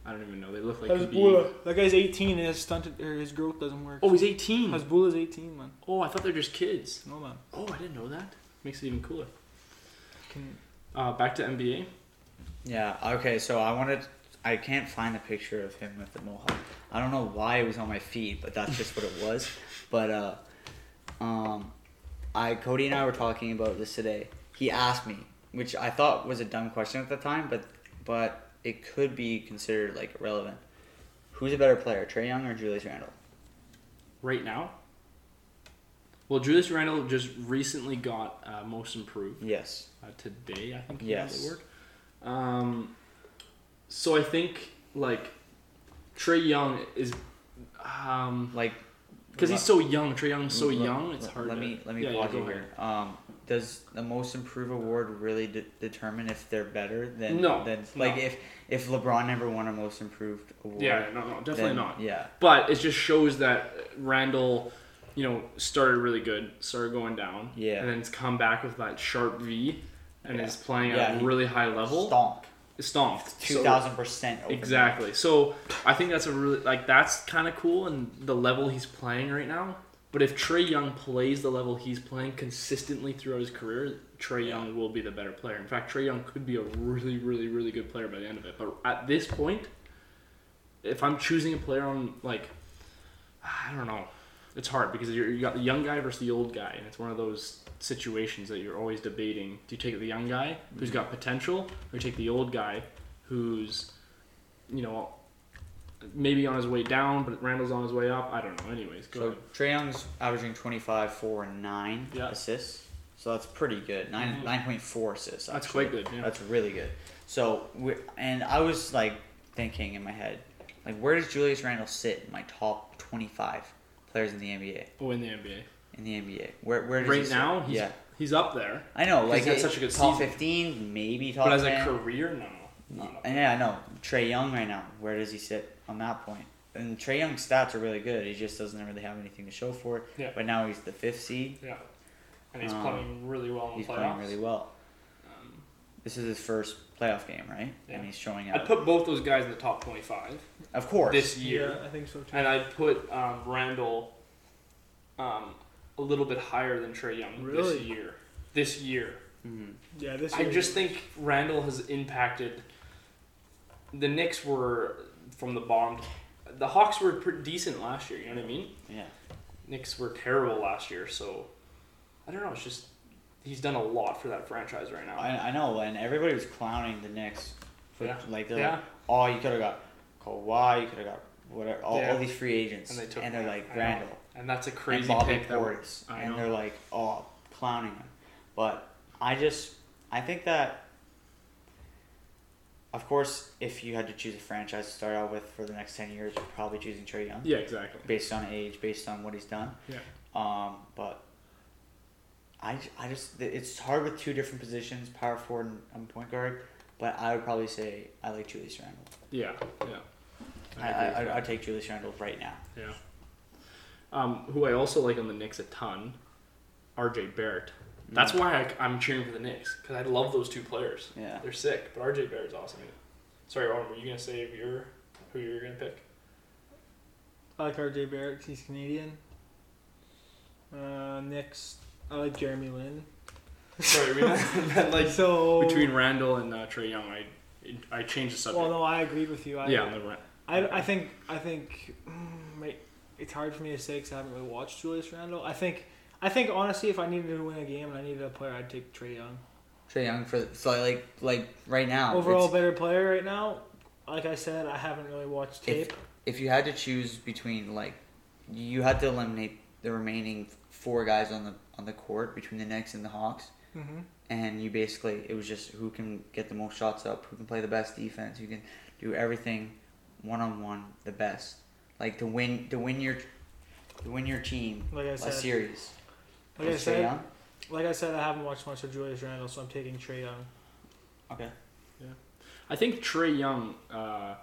[SPEAKER 4] I don't even know. They look like could be-
[SPEAKER 3] Hezbollah. That guy's 18 and his stunted or his growth doesn't work.
[SPEAKER 4] Oh, he's 18.
[SPEAKER 3] Hezbollah's 18, man.
[SPEAKER 4] Oh, I thought they're just kids.
[SPEAKER 3] No man.
[SPEAKER 4] Oh, I didn't know that. Makes it even cooler.
[SPEAKER 3] Can,
[SPEAKER 4] Uh, back to NBA.
[SPEAKER 2] Yeah. Okay. So I wanted. I can't find the picture of him with the mohawk. I don't know why it was on my feed, but that's just what it was. But uh, um, I Cody and I were talking about this today. He asked me, which I thought was a dumb question at the time, but but it could be considered like relevant. Who's a better player, Trey Young or Julius Randle?
[SPEAKER 4] right now. Well, Julius Randle just recently got uh, most improved
[SPEAKER 2] Yes.
[SPEAKER 4] uh, today. I think
[SPEAKER 2] Yes.
[SPEAKER 4] is the word. Um, so I think like Trey Young is um
[SPEAKER 2] Like
[SPEAKER 4] because he's so young. Trey Young's so
[SPEAKER 2] Let-
[SPEAKER 4] Oh, young. It's
[SPEAKER 2] let-
[SPEAKER 4] hard.
[SPEAKER 2] Let
[SPEAKER 4] to-
[SPEAKER 2] me let me
[SPEAKER 4] Yeah, yeah,
[SPEAKER 2] pause
[SPEAKER 4] go
[SPEAKER 2] you
[SPEAKER 4] ahead.
[SPEAKER 2] here. Um, does the most improved award really de- determine if they're better than
[SPEAKER 4] No,
[SPEAKER 2] than
[SPEAKER 4] no.
[SPEAKER 2] like if if LeBron never won a most improved award?
[SPEAKER 4] Yeah, no, no, definitely
[SPEAKER 2] then-
[SPEAKER 4] not.
[SPEAKER 2] Yeah,
[SPEAKER 4] But it just shows that Randall, you know, started really good, started going down,
[SPEAKER 2] Yeah.
[SPEAKER 4] and then he's come back with that sharp V, and
[SPEAKER 2] Yeah.
[SPEAKER 4] is playing
[SPEAKER 2] Yeah,
[SPEAKER 4] at a
[SPEAKER 2] he
[SPEAKER 4] really high level.
[SPEAKER 2] stonk
[SPEAKER 4] Stomped.
[SPEAKER 2] two
[SPEAKER 4] So-
[SPEAKER 2] thousand percent. over
[SPEAKER 4] Exactly. So I think that's a really like that's kind of cool and the level he's playing right now. But if Trey Young plays the level he's playing consistently throughout his career, Trey Young will be the better player. In fact, Trey Young could be a really, really, really good player by the end of it. But at this point, if I'm choosing a player on like, I don't know, it's hard because you're, you got the young guy versus the old guy, and it's one of those situations that you're always debating: do you take the young guy who's
[SPEAKER 2] Mm-hmm.
[SPEAKER 4] got potential, or you take the old guy who's, you know, maybe on his way down, but Randall's on his way up. I don't know. Anyways, go
[SPEAKER 2] So
[SPEAKER 4] ahead.
[SPEAKER 2] Trey Young's averaging 25, 4, and 9
[SPEAKER 4] Yeah.
[SPEAKER 2] assists. So that's pretty good. 9
[SPEAKER 4] Mhm.
[SPEAKER 2] 9.4 assists.
[SPEAKER 4] That's
[SPEAKER 2] actually.
[SPEAKER 4] quite good, yeah.
[SPEAKER 2] That's really good. So we and I was like thinking in my head, like where does Julius Randle sit in my top 25 players in the NBA?
[SPEAKER 4] Oh, in the NBA
[SPEAKER 2] In the NBA, where where does he
[SPEAKER 4] right
[SPEAKER 2] sit?
[SPEAKER 4] now, he's,
[SPEAKER 2] yeah,
[SPEAKER 4] he's up there,
[SPEAKER 2] I know.
[SPEAKER 4] 'cause
[SPEAKER 2] Like
[SPEAKER 4] he had
[SPEAKER 2] it-
[SPEAKER 4] such a good
[SPEAKER 2] top
[SPEAKER 4] season.
[SPEAKER 2] 15, maybe top
[SPEAKER 4] but as
[SPEAKER 2] 10.
[SPEAKER 4] a career, no. not up there.
[SPEAKER 2] And yeah, I know Trey Young right now. Where does he sit on that point? And Trey Young's stats are really good. He just doesn't really have anything to show for it.
[SPEAKER 4] Yeah.
[SPEAKER 2] But now he's the fifth seed.
[SPEAKER 4] Yeah, and he's
[SPEAKER 2] Um,
[SPEAKER 4] playing really well in the
[SPEAKER 2] He's
[SPEAKER 4] playoffs.
[SPEAKER 2] playing really well.
[SPEAKER 4] Um,
[SPEAKER 2] This is his first playoff game, right?
[SPEAKER 4] Yeah.
[SPEAKER 2] And he's showing
[SPEAKER 4] I'd
[SPEAKER 2] out.
[SPEAKER 4] put both those guys in the top 25
[SPEAKER 2] of course.
[SPEAKER 4] this year,
[SPEAKER 3] Yeah, I think so too.
[SPEAKER 4] and I'd put um, Randall um, a little bit higher than Trey Young
[SPEAKER 3] Really?
[SPEAKER 4] this year. This year,
[SPEAKER 2] Mhm.
[SPEAKER 3] yeah, this.
[SPEAKER 4] I
[SPEAKER 3] year-
[SPEAKER 4] just think Randall has impacted. The Knicks were from the bottom. The Hawks were pretty decent last year. You know what I mean?
[SPEAKER 2] Yeah.
[SPEAKER 4] Knicks were terrible last year, so I don't know. It's just he's done a lot for that franchise right now.
[SPEAKER 2] I, I know. And everybody was clowning the Knicks. For,
[SPEAKER 4] Yeah.
[SPEAKER 2] Like, they're
[SPEAKER 4] Yeah.
[SPEAKER 2] like, oh, you could have got Kawhi. You could have got whatever. All,
[SPEAKER 4] Yeah.
[SPEAKER 2] all these free agents.
[SPEAKER 4] And they took
[SPEAKER 2] are
[SPEAKER 4] him.
[SPEAKER 2] like,
[SPEAKER 4] I know.
[SPEAKER 2] Randall.
[SPEAKER 4] and that's a
[SPEAKER 2] and
[SPEAKER 4] crazy
[SPEAKER 2] Bobby
[SPEAKER 4] pick. That we're-
[SPEAKER 2] Portis,
[SPEAKER 4] I
[SPEAKER 2] and
[SPEAKER 4] know.
[SPEAKER 2] they're like, oh, clowning him. But I just, I think that, of course, if you had to choose a franchise to start out with for the next ten years, you're probably choosing Trey Young
[SPEAKER 4] yeah, exactly.
[SPEAKER 2] based on age, based on what he's done.
[SPEAKER 4] Yeah.
[SPEAKER 2] Um, but I, I just it's hard with two different positions, power forward and, and point guard. But I would probably say I like Julius Randle.
[SPEAKER 4] Yeah, yeah.
[SPEAKER 2] I I, I, I'd take Julius Randle right now.
[SPEAKER 4] yeah. Um, who I also like on the Knicks a ton, R.J. Barrett. That's why I, am cheering for the Knicks because I love those two players.
[SPEAKER 2] Yeah.
[SPEAKER 4] They're sick, but R.J. Barrett's awesome. Sorry, Autumn, were you gonna say if you're who you were gonna pick?
[SPEAKER 3] I like RJ Barrett. 'cause He's Canadian. Uh, next, I like Jeremy Lin.
[SPEAKER 4] Sorry, we meant like
[SPEAKER 3] so
[SPEAKER 4] between Randall and uh, Trey Young. I I changed the subject.
[SPEAKER 3] Well, no, I agreed with you. I,
[SPEAKER 4] yeah, on the Ra-
[SPEAKER 3] I, I think I think mm, my- it's hard for me to say because I haven't really watched Julius Randle. I think I think honestly, if I needed to win a game and I needed a player, I'd take Trey Young.
[SPEAKER 2] Trey Young for so like like right now
[SPEAKER 3] Overall,
[SPEAKER 2] Ah, it's-
[SPEAKER 3] better player right now. Like I said, I haven't really watched
[SPEAKER 2] If-
[SPEAKER 3] tape.
[SPEAKER 2] if you had to choose between like you had to eliminate the remaining four guys on the on the court between the Knicks and the Hawks
[SPEAKER 3] hmm
[SPEAKER 2] and you basically it was just who can get the most shots up, who can play the best defense, who can do everything one on one the best. Like to win to win your to win your team
[SPEAKER 3] Like I
[SPEAKER 2] a
[SPEAKER 3] said,
[SPEAKER 2] series.
[SPEAKER 3] like I
[SPEAKER 2] Is Trae
[SPEAKER 3] said,
[SPEAKER 2] Young?
[SPEAKER 3] like I said, I haven't watched much of Julius Randle, so I'm taking Trey Young.
[SPEAKER 2] Okay.
[SPEAKER 4] I think Trey Young, uh,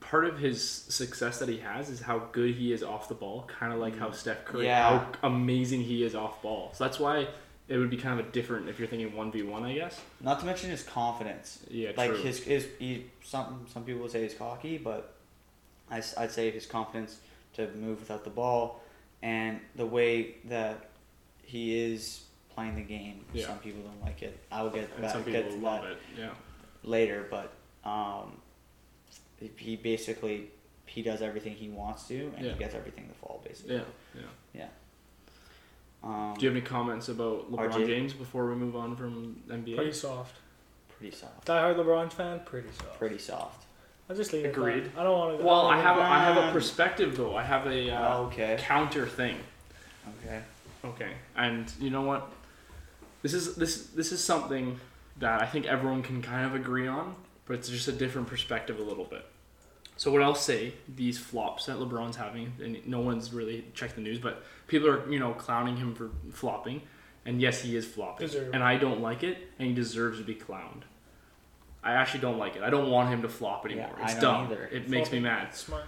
[SPEAKER 4] part of his success that he has is how good he is off the ball, kind of like how Steph Curry,
[SPEAKER 2] Mm. Yeah.
[SPEAKER 4] how amazing he is off ball. So that's why it would be kind of a different if you're thinking one v one, I guess.
[SPEAKER 2] Not to mention his confidence.
[SPEAKER 4] Yeah,
[SPEAKER 2] like
[SPEAKER 4] true.
[SPEAKER 2] his his he, some some people would say he's cocky, but I, would say his confidence to move without the ball and the way that he is playing the game.
[SPEAKER 4] Yeah.
[SPEAKER 2] Some people don't like it. I will get
[SPEAKER 4] and
[SPEAKER 2] back,
[SPEAKER 4] some people
[SPEAKER 2] get to
[SPEAKER 4] love
[SPEAKER 2] that
[SPEAKER 4] it. Yeah,
[SPEAKER 2] later, but um, he- he basically he does everything he wants to and
[SPEAKER 4] Yeah.
[SPEAKER 2] he gets everything to fall basically.
[SPEAKER 4] yeah, yeah.
[SPEAKER 2] Um,
[SPEAKER 4] Do you have any comments about LeBron
[SPEAKER 2] RJ?
[SPEAKER 4] James before we move on from NBA?
[SPEAKER 3] Pretty soft.
[SPEAKER 2] pretty soft.
[SPEAKER 3] Die hard LeBron fan, pretty soft.
[SPEAKER 2] Pretty soft.
[SPEAKER 3] I'll just leave it. at
[SPEAKER 4] Agreed.
[SPEAKER 3] that. I don't want to.
[SPEAKER 4] Well, I have a, I have a
[SPEAKER 2] Um,
[SPEAKER 4] perspective though. I have a uh,
[SPEAKER 2] Oh, Okay.
[SPEAKER 4] counter thing.
[SPEAKER 2] Okay.
[SPEAKER 4] Okay, and you know what? This is this this is something that I think everyone can kind of agree on, but it's just a different perspective a little bit. So what I'll say, these flops that LeBron's having, and no one's really checked the news, but people are you know clowning him for flopping, and yes, he is flopping,
[SPEAKER 3] Deserved.
[SPEAKER 4] and I don't like it, and he deserves to be clowned. I actually don't like it. I don't want him to flop
[SPEAKER 2] Yeah,
[SPEAKER 4] anymore.
[SPEAKER 2] I
[SPEAKER 4] it's
[SPEAKER 2] don't
[SPEAKER 4] dumb.
[SPEAKER 2] either.
[SPEAKER 4] It makes me
[SPEAKER 3] Flopping.
[SPEAKER 4] mad.
[SPEAKER 3] Smart.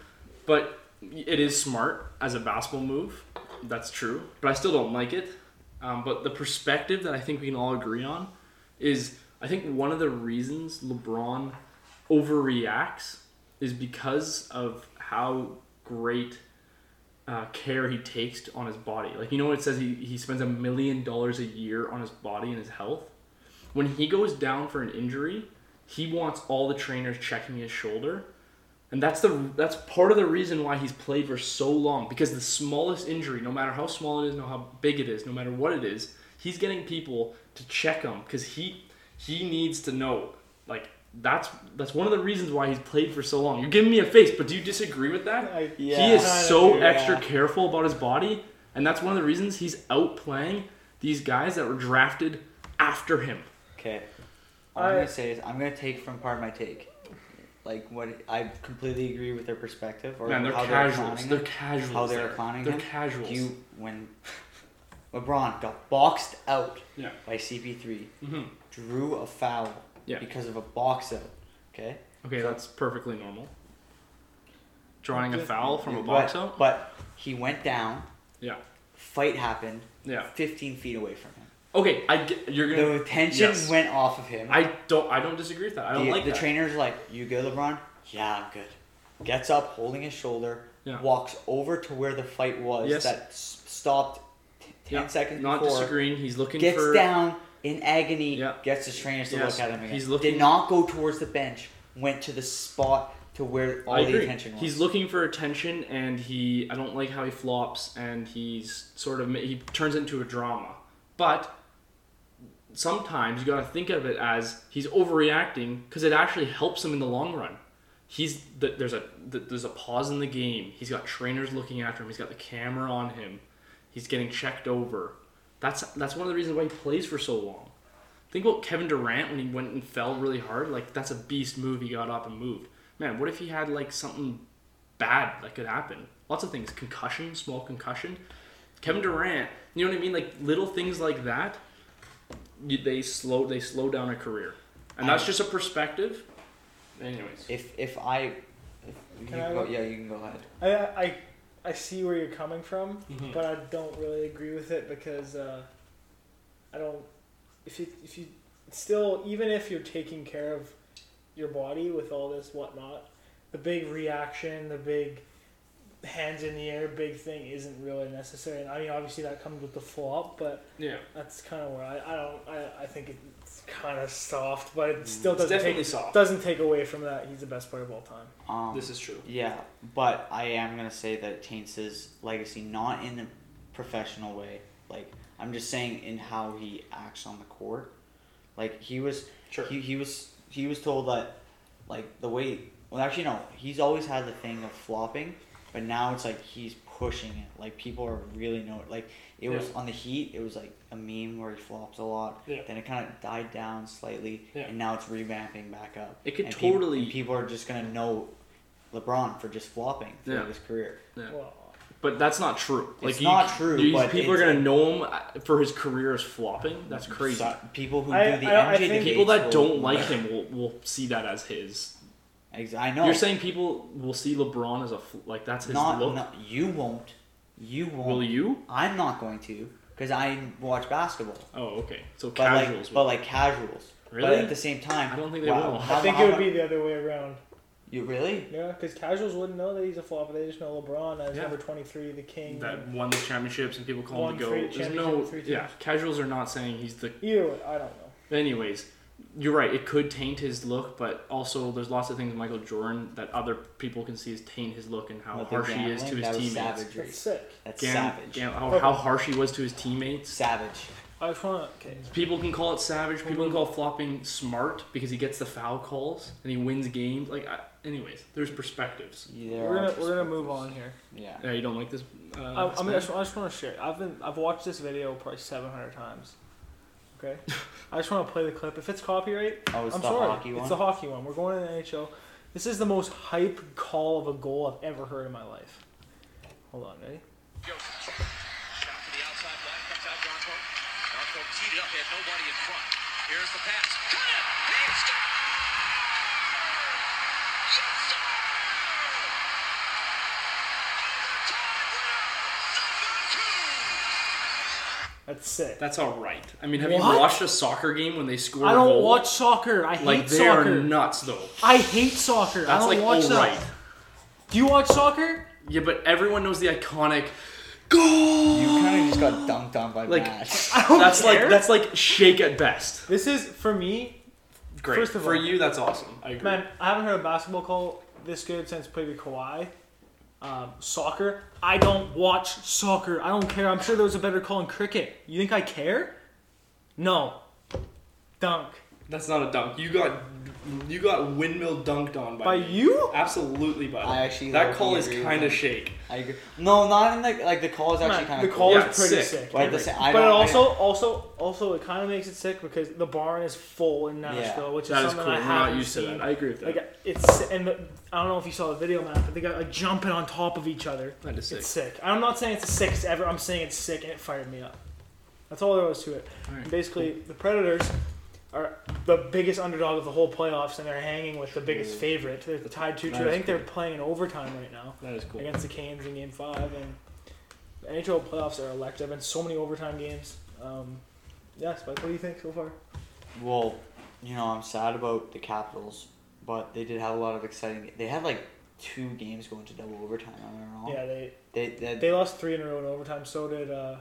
[SPEAKER 4] But it is smart as a basketball move. That's true. But I still don't like it. Um, but the perspective that I think we can all agree on is I think one of the reasons LeBron overreacts is because of how great uh, care he takes on his body. Like, you know what it says? He, he spends a million dollars a year on his body and his health. When he goes down for an injury, he wants all the trainers checking his shoulder and that's the that's part of the reason why he's played for so long because the smallest injury, no matter how small it is, no how big it is, no matter what it is, he's getting people to check him because he he needs to know. Like that's that's one of the reasons why he's played for so long. You're giving me a face, but do you disagree with that?
[SPEAKER 3] I,
[SPEAKER 2] Yeah.
[SPEAKER 4] he is
[SPEAKER 3] Kinda
[SPEAKER 4] so
[SPEAKER 3] do, yeah.
[SPEAKER 4] extra careful about his body, and that's one of the reasons he's outplaying these guys that were drafted after him.
[SPEAKER 2] Okay. All I'm
[SPEAKER 3] I-
[SPEAKER 2] gonna say is I'm gonna take from part of my take. Like what I completely agree with their perspective or
[SPEAKER 4] Man, they're
[SPEAKER 2] how
[SPEAKER 4] casuals. They're
[SPEAKER 2] they're clowning him.
[SPEAKER 4] casuals.
[SPEAKER 2] how they're
[SPEAKER 4] there.
[SPEAKER 2] clowning
[SPEAKER 4] They're
[SPEAKER 2] him.
[SPEAKER 4] casuals.
[SPEAKER 2] You when LeBron got boxed out
[SPEAKER 4] Yeah.
[SPEAKER 2] by CP3,
[SPEAKER 4] Mhm.
[SPEAKER 2] drew a foul
[SPEAKER 4] Yeah.
[SPEAKER 2] because of a box out. Okay,
[SPEAKER 4] Okay,
[SPEAKER 2] So-
[SPEAKER 4] that's perfectly normal. Drawing a
[SPEAKER 3] Just-
[SPEAKER 4] foul from a
[SPEAKER 2] But-
[SPEAKER 4] box out?
[SPEAKER 2] but he went down.
[SPEAKER 4] Yeah.
[SPEAKER 2] Fight happened
[SPEAKER 4] Yeah.
[SPEAKER 2] 15 feet away from him.
[SPEAKER 4] Okay, I get, you're gonna.
[SPEAKER 2] The tension
[SPEAKER 4] yes.
[SPEAKER 2] went off of him.
[SPEAKER 4] I don't. I don't disagree with that. I don't
[SPEAKER 2] the,
[SPEAKER 4] like
[SPEAKER 2] the
[SPEAKER 4] that.
[SPEAKER 2] trainer's like, "You good, LeBron? Yeah, I'm good." Gets up, holding his shoulder,
[SPEAKER 4] Yeah.
[SPEAKER 2] walks over to where the fight was
[SPEAKER 4] Yes.
[SPEAKER 2] that s- stopped t- ten
[SPEAKER 4] Yeah,
[SPEAKER 2] seconds
[SPEAKER 4] Not
[SPEAKER 2] before.
[SPEAKER 4] disagreeing. He's looking
[SPEAKER 2] Gets
[SPEAKER 4] for.
[SPEAKER 2] down in agony.
[SPEAKER 4] Yeah.
[SPEAKER 2] Gets his trainers to
[SPEAKER 4] Yes,
[SPEAKER 2] look at him again.
[SPEAKER 4] he's looking-
[SPEAKER 2] Did not go towards the bench. Went to the spot to where all
[SPEAKER 4] I
[SPEAKER 2] the
[SPEAKER 4] agree.
[SPEAKER 2] attention was.
[SPEAKER 4] He's looking for attention, and he. I don't like how he flops, and he's sort of. ma- He turns into a drama, but sometimes you gotta think of it as he's overreacting because it actually helps him in the long run. He's th- there's a th- there's a pause in the game. He's got trainers looking after him. He's got the camera on him. He's getting checked over. That's that's one of the reasons why he plays for so long. Think about Kevin Durant when he went and fell really hard. Like that's a beast move. He got up and moved. Man, what if he had like something bad that could happen? Lots of things. Concussion, small concussion. Kevin Durant. You know what I mean? Like little things like that. you- They slow. They slow down a career, and
[SPEAKER 2] Um,
[SPEAKER 4] that's just a perspective. Anyways.
[SPEAKER 2] if if I, if you
[SPEAKER 3] Can I
[SPEAKER 2] go,
[SPEAKER 3] go?
[SPEAKER 2] yeah, you can go ahead.
[SPEAKER 3] I, I, I see where you're coming from,
[SPEAKER 4] Mm-hmm. Hmm.
[SPEAKER 3] but I don't really agree with it because uh, I don't. If you if you still even if you're taking care of your body with all this whatnot, the big reaction, the big hands in the air, big thing isn't really necessary. And I mean, obviously that comes with the flop, but
[SPEAKER 4] Yeah.
[SPEAKER 3] that's kind of where I, I don't I, I think it's kind of soft, but it still
[SPEAKER 4] Hmm. It's
[SPEAKER 3] doesn't
[SPEAKER 4] definitely
[SPEAKER 3] take
[SPEAKER 4] soft.
[SPEAKER 3] doesn't take away from that he's the best player of all time.
[SPEAKER 2] Um,
[SPEAKER 4] This is true.
[SPEAKER 2] Yeah, but I am gonna say that it taints his legacy, not in a professional way. Like I'm just saying in how he acts on the court. Like he was,
[SPEAKER 4] Sure.
[SPEAKER 2] he, he was he was told that, like the way. Well, actually, no. He's always had the thing of flopping, but now it's like he's pushing it. Like people are really know. Like it was
[SPEAKER 4] Yeah.
[SPEAKER 2] on the Heat. It was like a meme where he flops a lot.
[SPEAKER 4] Yeah.
[SPEAKER 2] Then it kind of died down slightly,
[SPEAKER 4] Yeah.
[SPEAKER 2] and now it's revamping back up.
[SPEAKER 4] It could
[SPEAKER 2] And peop-
[SPEAKER 4] totally-
[SPEAKER 2] and people are just gonna know LeBron for just flopping through
[SPEAKER 4] Yeah.
[SPEAKER 2] his career.
[SPEAKER 4] Yeah.
[SPEAKER 3] Well,
[SPEAKER 4] But that's not true.
[SPEAKER 2] It's not true,
[SPEAKER 4] these
[SPEAKER 2] but
[SPEAKER 4] people are
[SPEAKER 2] it's-
[SPEAKER 4] gonna know him uh, for his career as flopping. That's crazy.
[SPEAKER 2] So- people who
[SPEAKER 3] I-
[SPEAKER 2] do the
[SPEAKER 3] I- I
[SPEAKER 2] MJ
[SPEAKER 3] think-
[SPEAKER 2] debates
[SPEAKER 4] People that
[SPEAKER 2] will-
[SPEAKER 4] don't like him will, will see that as his.
[SPEAKER 2] Ex- I know.
[SPEAKER 4] You're saying people will see LeBron as a fl- like that's his
[SPEAKER 2] not,
[SPEAKER 4] look.
[SPEAKER 2] not- you won't. You won't.
[SPEAKER 4] will you?
[SPEAKER 2] I'm not going to. because I watch basketball.
[SPEAKER 4] Oh, okay. So
[SPEAKER 2] But
[SPEAKER 4] casuals.
[SPEAKER 2] like, but like casuals. But
[SPEAKER 4] Really?
[SPEAKER 2] at the same time,
[SPEAKER 4] I don't think they
[SPEAKER 2] wow,
[SPEAKER 4] will.
[SPEAKER 2] how-
[SPEAKER 3] I think
[SPEAKER 2] how-
[SPEAKER 3] it would be the other way around.
[SPEAKER 2] You really?
[SPEAKER 3] Yeah, because casuals wouldn't know that he's a flopper. They just know LeBron as
[SPEAKER 4] Yeah.
[SPEAKER 3] number 23, the king.
[SPEAKER 4] that won the championships and people call
[SPEAKER 3] Won
[SPEAKER 4] him the
[SPEAKER 3] three
[SPEAKER 4] goat. There's no,
[SPEAKER 3] championships, three
[SPEAKER 4] yeah,
[SPEAKER 3] times.
[SPEAKER 4] casuals are not saying he's the.
[SPEAKER 3] Either way, I don't know.
[SPEAKER 4] Anyways, you're right. It could taint his look, but also there's lots of things Michael Jordan that other people can see is taint his look and how
[SPEAKER 2] With the
[SPEAKER 4] harsh he is to
[SPEAKER 2] gambling?
[SPEAKER 4] his
[SPEAKER 2] that was
[SPEAKER 4] teammates.
[SPEAKER 2] Savagery.
[SPEAKER 3] That's sick.
[SPEAKER 2] That's
[SPEAKER 4] Gam-
[SPEAKER 2] savage.
[SPEAKER 4] gam- how, how harsh he was to his teammates.
[SPEAKER 2] Savage.
[SPEAKER 3] I just want to. Okay.
[SPEAKER 4] People can call it savage.
[SPEAKER 3] Mm-hmm.
[SPEAKER 4] People can call flopping smart because he gets the foul calls and he wins games. Like, I, anyways, there's perspectives.
[SPEAKER 2] There
[SPEAKER 3] We're
[SPEAKER 2] are
[SPEAKER 3] gonna, we're gonna move on here.
[SPEAKER 2] Yeah.
[SPEAKER 4] Uh, you don't like this? Uh,
[SPEAKER 3] I, I,
[SPEAKER 4] this
[SPEAKER 3] mean, I
[SPEAKER 4] man?
[SPEAKER 3] just, I just want to share. I've been I've watched this video probably 700 times. Okay, I just want to play the clip. If it's copyright,
[SPEAKER 2] Oh, it's
[SPEAKER 3] I'm
[SPEAKER 2] the
[SPEAKER 3] sorry.
[SPEAKER 2] hockey
[SPEAKER 3] it's
[SPEAKER 2] one.
[SPEAKER 3] the hockey one. We're going to the NHL. This is the most hype call of a goal I've ever heard in my life. Hold on, ready?
[SPEAKER 5] Shot to the outside left, comes out Ronco. Ronco teed it up, had nobody in front. Here's the pass. Got it! He scores! He scores! Overtime winner, number two!
[SPEAKER 3] That's sick.
[SPEAKER 4] That's all right. I mean, have
[SPEAKER 3] What?
[SPEAKER 4] you watched a soccer game when they score?
[SPEAKER 3] I
[SPEAKER 4] a
[SPEAKER 3] don't
[SPEAKER 4] goal?
[SPEAKER 3] watch soccer. I hate
[SPEAKER 4] Like they
[SPEAKER 3] soccer.
[SPEAKER 4] are nuts though.
[SPEAKER 3] I hate soccer. I
[SPEAKER 4] That's
[SPEAKER 3] don't
[SPEAKER 4] like
[SPEAKER 3] watch
[SPEAKER 4] all
[SPEAKER 3] that.
[SPEAKER 4] right.
[SPEAKER 3] Do you watch soccer?
[SPEAKER 4] Yeah, but everyone knows the iconic goal.
[SPEAKER 2] You kind of just got dunked on by
[SPEAKER 4] Like-
[SPEAKER 2] Mash.
[SPEAKER 3] I don't
[SPEAKER 4] that's
[SPEAKER 3] care.
[SPEAKER 4] like that's like shake at best.
[SPEAKER 3] This is for me.
[SPEAKER 4] Great.
[SPEAKER 3] First of
[SPEAKER 4] For
[SPEAKER 3] all-
[SPEAKER 4] you, that's awesome. I agree.
[SPEAKER 3] Man, I haven't heard a basketball call this good since maybe Kawhi. Um, soccer. I don't watch soccer. I don't care. I'm sure there was a better call in cricket. You think I care? No. Dunk.
[SPEAKER 4] That's not a dunk. You got you got windmill dunked on by
[SPEAKER 3] By
[SPEAKER 4] me.
[SPEAKER 3] you?
[SPEAKER 4] Absolutely, by
[SPEAKER 2] I
[SPEAKER 4] me.
[SPEAKER 2] actually
[SPEAKER 4] that
[SPEAKER 2] low-key
[SPEAKER 4] call is
[SPEAKER 2] agree with
[SPEAKER 4] kind
[SPEAKER 2] you.
[SPEAKER 4] of shake.
[SPEAKER 2] I agree. No, not in the like the call is actually
[SPEAKER 3] Man,
[SPEAKER 2] kind
[SPEAKER 3] the
[SPEAKER 2] of
[SPEAKER 3] call
[SPEAKER 2] Cool.
[SPEAKER 4] Yeah,
[SPEAKER 3] is pretty
[SPEAKER 4] sick.
[SPEAKER 3] sick.
[SPEAKER 2] But at the same, I
[SPEAKER 3] But it
[SPEAKER 2] don't- I
[SPEAKER 3] also, also, also, it kind of makes it sick because the barn is full in Nashville, which is
[SPEAKER 4] That is
[SPEAKER 3] something
[SPEAKER 4] cool.
[SPEAKER 3] I
[SPEAKER 4] We're
[SPEAKER 3] haven't
[SPEAKER 4] not used to
[SPEAKER 3] seen.
[SPEAKER 4] that. I agree with that.
[SPEAKER 3] Like it's and the, I don't know if you saw the video, man, but they got like jumping on top of each other.
[SPEAKER 4] That is sick.
[SPEAKER 3] It's sick. I'm not saying it's a six ever. I'm saying it's sick, and it fired me up. That's all there was to it.
[SPEAKER 4] Alright.
[SPEAKER 3] Basically, the Predators are the biggest underdog of the whole playoffs, and they're hanging with the biggest favorite. They're tied two two.
[SPEAKER 4] That
[SPEAKER 3] I
[SPEAKER 4] is
[SPEAKER 3] think they're
[SPEAKER 4] cool.
[SPEAKER 3] playing in overtime right now
[SPEAKER 4] That is cool.
[SPEAKER 3] against the Canes in Game Five, and the NHL playoffs are elective, and so many overtime games. Um, yeah, Spike, what do you think so far?
[SPEAKER 2] Well, you know, I'm sad about the Capitals, but they did have a lot of exciting. They had like two games going to double overtime. I don't know.
[SPEAKER 3] Yeah, they
[SPEAKER 2] They, they,
[SPEAKER 3] They lost three in a row in overtime. So did uh,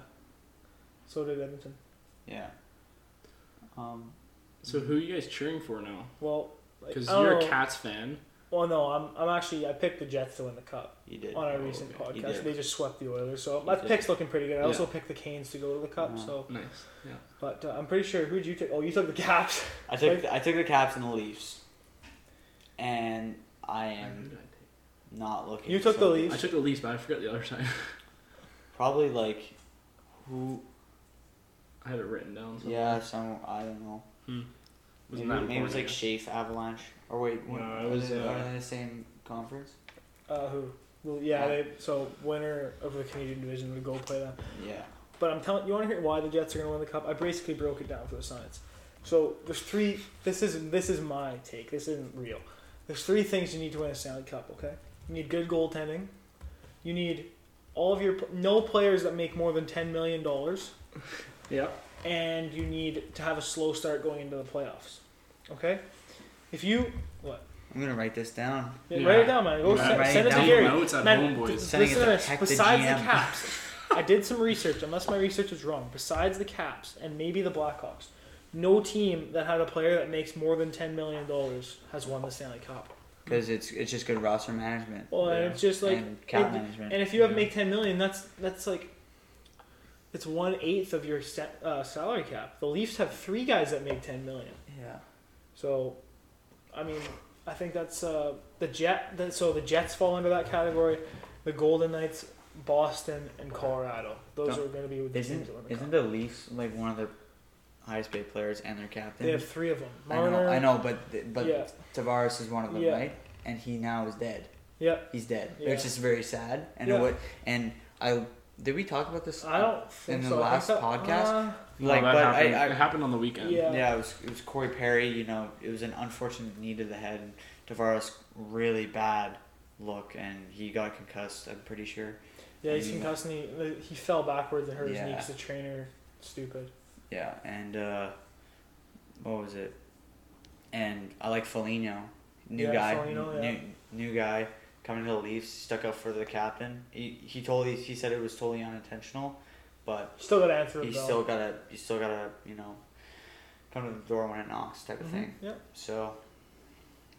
[SPEAKER 3] so did Edmonton.
[SPEAKER 2] yeah. Um,
[SPEAKER 4] So who are you guys cheering for now?
[SPEAKER 3] Well, like, oh.
[SPEAKER 4] Because
[SPEAKER 3] I don't
[SPEAKER 4] you're a
[SPEAKER 3] know.
[SPEAKER 4] Cats fan.
[SPEAKER 3] Well, no, I'm, I'm actually I picked the Jets to win the cup
[SPEAKER 2] you did.
[SPEAKER 3] on our
[SPEAKER 4] Oh,
[SPEAKER 3] recent
[SPEAKER 4] okay.
[SPEAKER 2] You
[SPEAKER 3] podcast.
[SPEAKER 2] did.
[SPEAKER 3] They just swept the Oilers, so my
[SPEAKER 2] did. Mm.
[SPEAKER 3] pick's looking pretty good. I also
[SPEAKER 4] Yeah.
[SPEAKER 3] picked the Canes to go to the cup.
[SPEAKER 2] Yeah.
[SPEAKER 3] So,
[SPEAKER 4] Nice. Yeah.
[SPEAKER 3] but uh, I'm pretty sure who'd you take? Oh, you took the Caps.
[SPEAKER 2] I took I took the Caps and the Leafs, and I
[SPEAKER 4] Who
[SPEAKER 2] am
[SPEAKER 4] did I take?
[SPEAKER 2] not looking.
[SPEAKER 3] You took the
[SPEAKER 2] so-
[SPEAKER 3] Leafs.
[SPEAKER 4] I took the Leafs, but I forgot the other side.
[SPEAKER 2] Probably like, who?
[SPEAKER 4] I had it written down. somewhere.
[SPEAKER 2] Yeah, some I don't know.
[SPEAKER 4] Wasn't
[SPEAKER 2] maybe
[SPEAKER 4] that
[SPEAKER 2] maybe it was like
[SPEAKER 4] important,
[SPEAKER 2] Shafe Avalanche. Or wait,
[SPEAKER 4] No,
[SPEAKER 2] what-
[SPEAKER 4] it
[SPEAKER 2] are
[SPEAKER 4] was,
[SPEAKER 2] they-
[SPEAKER 4] uh,
[SPEAKER 2] are they in the same conference?
[SPEAKER 3] Uh, who? Well, yeah,
[SPEAKER 2] Yeah.
[SPEAKER 3] They, so winner of the Canadian division would go play them.
[SPEAKER 2] Yeah.
[SPEAKER 3] But I'm telling you want to hear why the Jets are going to win the cup. I basically broke it down for the science. So there's three. This is this is my take. This isn't real. There's three things you need to win a Stanley Cup. Okay, you need good goaltending. You need all of your no players that make more than ten million dollars,
[SPEAKER 4] Yeah.
[SPEAKER 3] and you need to have a slow start going into the playoffs. Okay, if you what
[SPEAKER 2] I'm gonna write this down.
[SPEAKER 3] Yeah,
[SPEAKER 4] Yeah.
[SPEAKER 3] write it down, man. Go
[SPEAKER 4] Yeah,
[SPEAKER 3] send,
[SPEAKER 2] write it
[SPEAKER 3] send it to
[SPEAKER 2] down.
[SPEAKER 3] Gary.
[SPEAKER 4] Notes at
[SPEAKER 3] Man,
[SPEAKER 4] home, boys.
[SPEAKER 3] d-
[SPEAKER 2] Sending it
[SPEAKER 3] listen to
[SPEAKER 2] to
[SPEAKER 3] this.
[SPEAKER 2] Peck, the
[SPEAKER 3] Besides the
[SPEAKER 2] GM.
[SPEAKER 3] Caps, I did some research. Unless my research is wrong, besides the Caps and maybe the Blackhawks, no team that had a player that makes more than ten million dollars has won the Stanley Cup.
[SPEAKER 2] Because it's it's just good roster management.
[SPEAKER 3] Well,
[SPEAKER 4] Yeah.
[SPEAKER 3] and it's just like,
[SPEAKER 2] And cap
[SPEAKER 3] and-
[SPEAKER 2] management.
[SPEAKER 3] and if you have
[SPEAKER 4] Yeah.
[SPEAKER 3] make ten million, that's that's like, it's one eighth of your sa- uh, salary cap. The Leafs have three guys that make ten million.
[SPEAKER 2] Yeah.
[SPEAKER 3] So, I mean, I think that's uh, the Jet. The, so the Jets fall under that category. The Golden Knights, Boston, and Colorado. Those
[SPEAKER 2] Don't-
[SPEAKER 3] are going to be the teams
[SPEAKER 2] Isn't
[SPEAKER 3] that win the
[SPEAKER 2] isn't the
[SPEAKER 3] cup.
[SPEAKER 2] Leafs like one of the highest paid players and their captain?
[SPEAKER 3] They have three of them.
[SPEAKER 2] I know,
[SPEAKER 3] Marner-
[SPEAKER 2] I know, but th- but
[SPEAKER 3] Yeah.
[SPEAKER 2] Tavares is one of them,
[SPEAKER 3] Yeah.
[SPEAKER 2] right? And he now is dead.
[SPEAKER 3] Yeah.
[SPEAKER 2] He's dead,
[SPEAKER 3] Yeah.
[SPEAKER 2] which is very sad. And
[SPEAKER 3] Yeah.
[SPEAKER 2] it would, and I did we talk about this?
[SPEAKER 3] I don't think
[SPEAKER 2] in the
[SPEAKER 3] so. I
[SPEAKER 2] last
[SPEAKER 3] think that- uh,
[SPEAKER 2] podcast? Like,
[SPEAKER 4] Like, that
[SPEAKER 2] but
[SPEAKER 4] happened.
[SPEAKER 2] I, I
[SPEAKER 4] it happened on the weekend.
[SPEAKER 3] Yeah.
[SPEAKER 2] Yeah. it was it was Corey Perry. You know, it was an unfortunate knee to the head, and Tavares really bad look, and he got concussed. I'm pretty sure.
[SPEAKER 3] Yeah, he's
[SPEAKER 2] Maybe.
[SPEAKER 3] concussed and he, uh, he fell backwards and hurt his knee
[SPEAKER 2] Yeah.
[SPEAKER 3] 'cause the trainer stupid.
[SPEAKER 2] Yeah, and uh, what was it? And I like Foligno, new
[SPEAKER 3] Yeah,
[SPEAKER 2] guy,
[SPEAKER 3] Foligno,
[SPEAKER 2] n-
[SPEAKER 3] yeah.
[SPEAKER 2] new new guy coming to the Leafs, stuck up for the captain. He he totally he said it was totally unintentional, but
[SPEAKER 3] Still got to answer the
[SPEAKER 2] you
[SPEAKER 3] bell.
[SPEAKER 2] still gotta you still gotta you know come to the door when it knocks type of
[SPEAKER 3] Mhm,
[SPEAKER 2] thing.
[SPEAKER 3] yeah.
[SPEAKER 2] So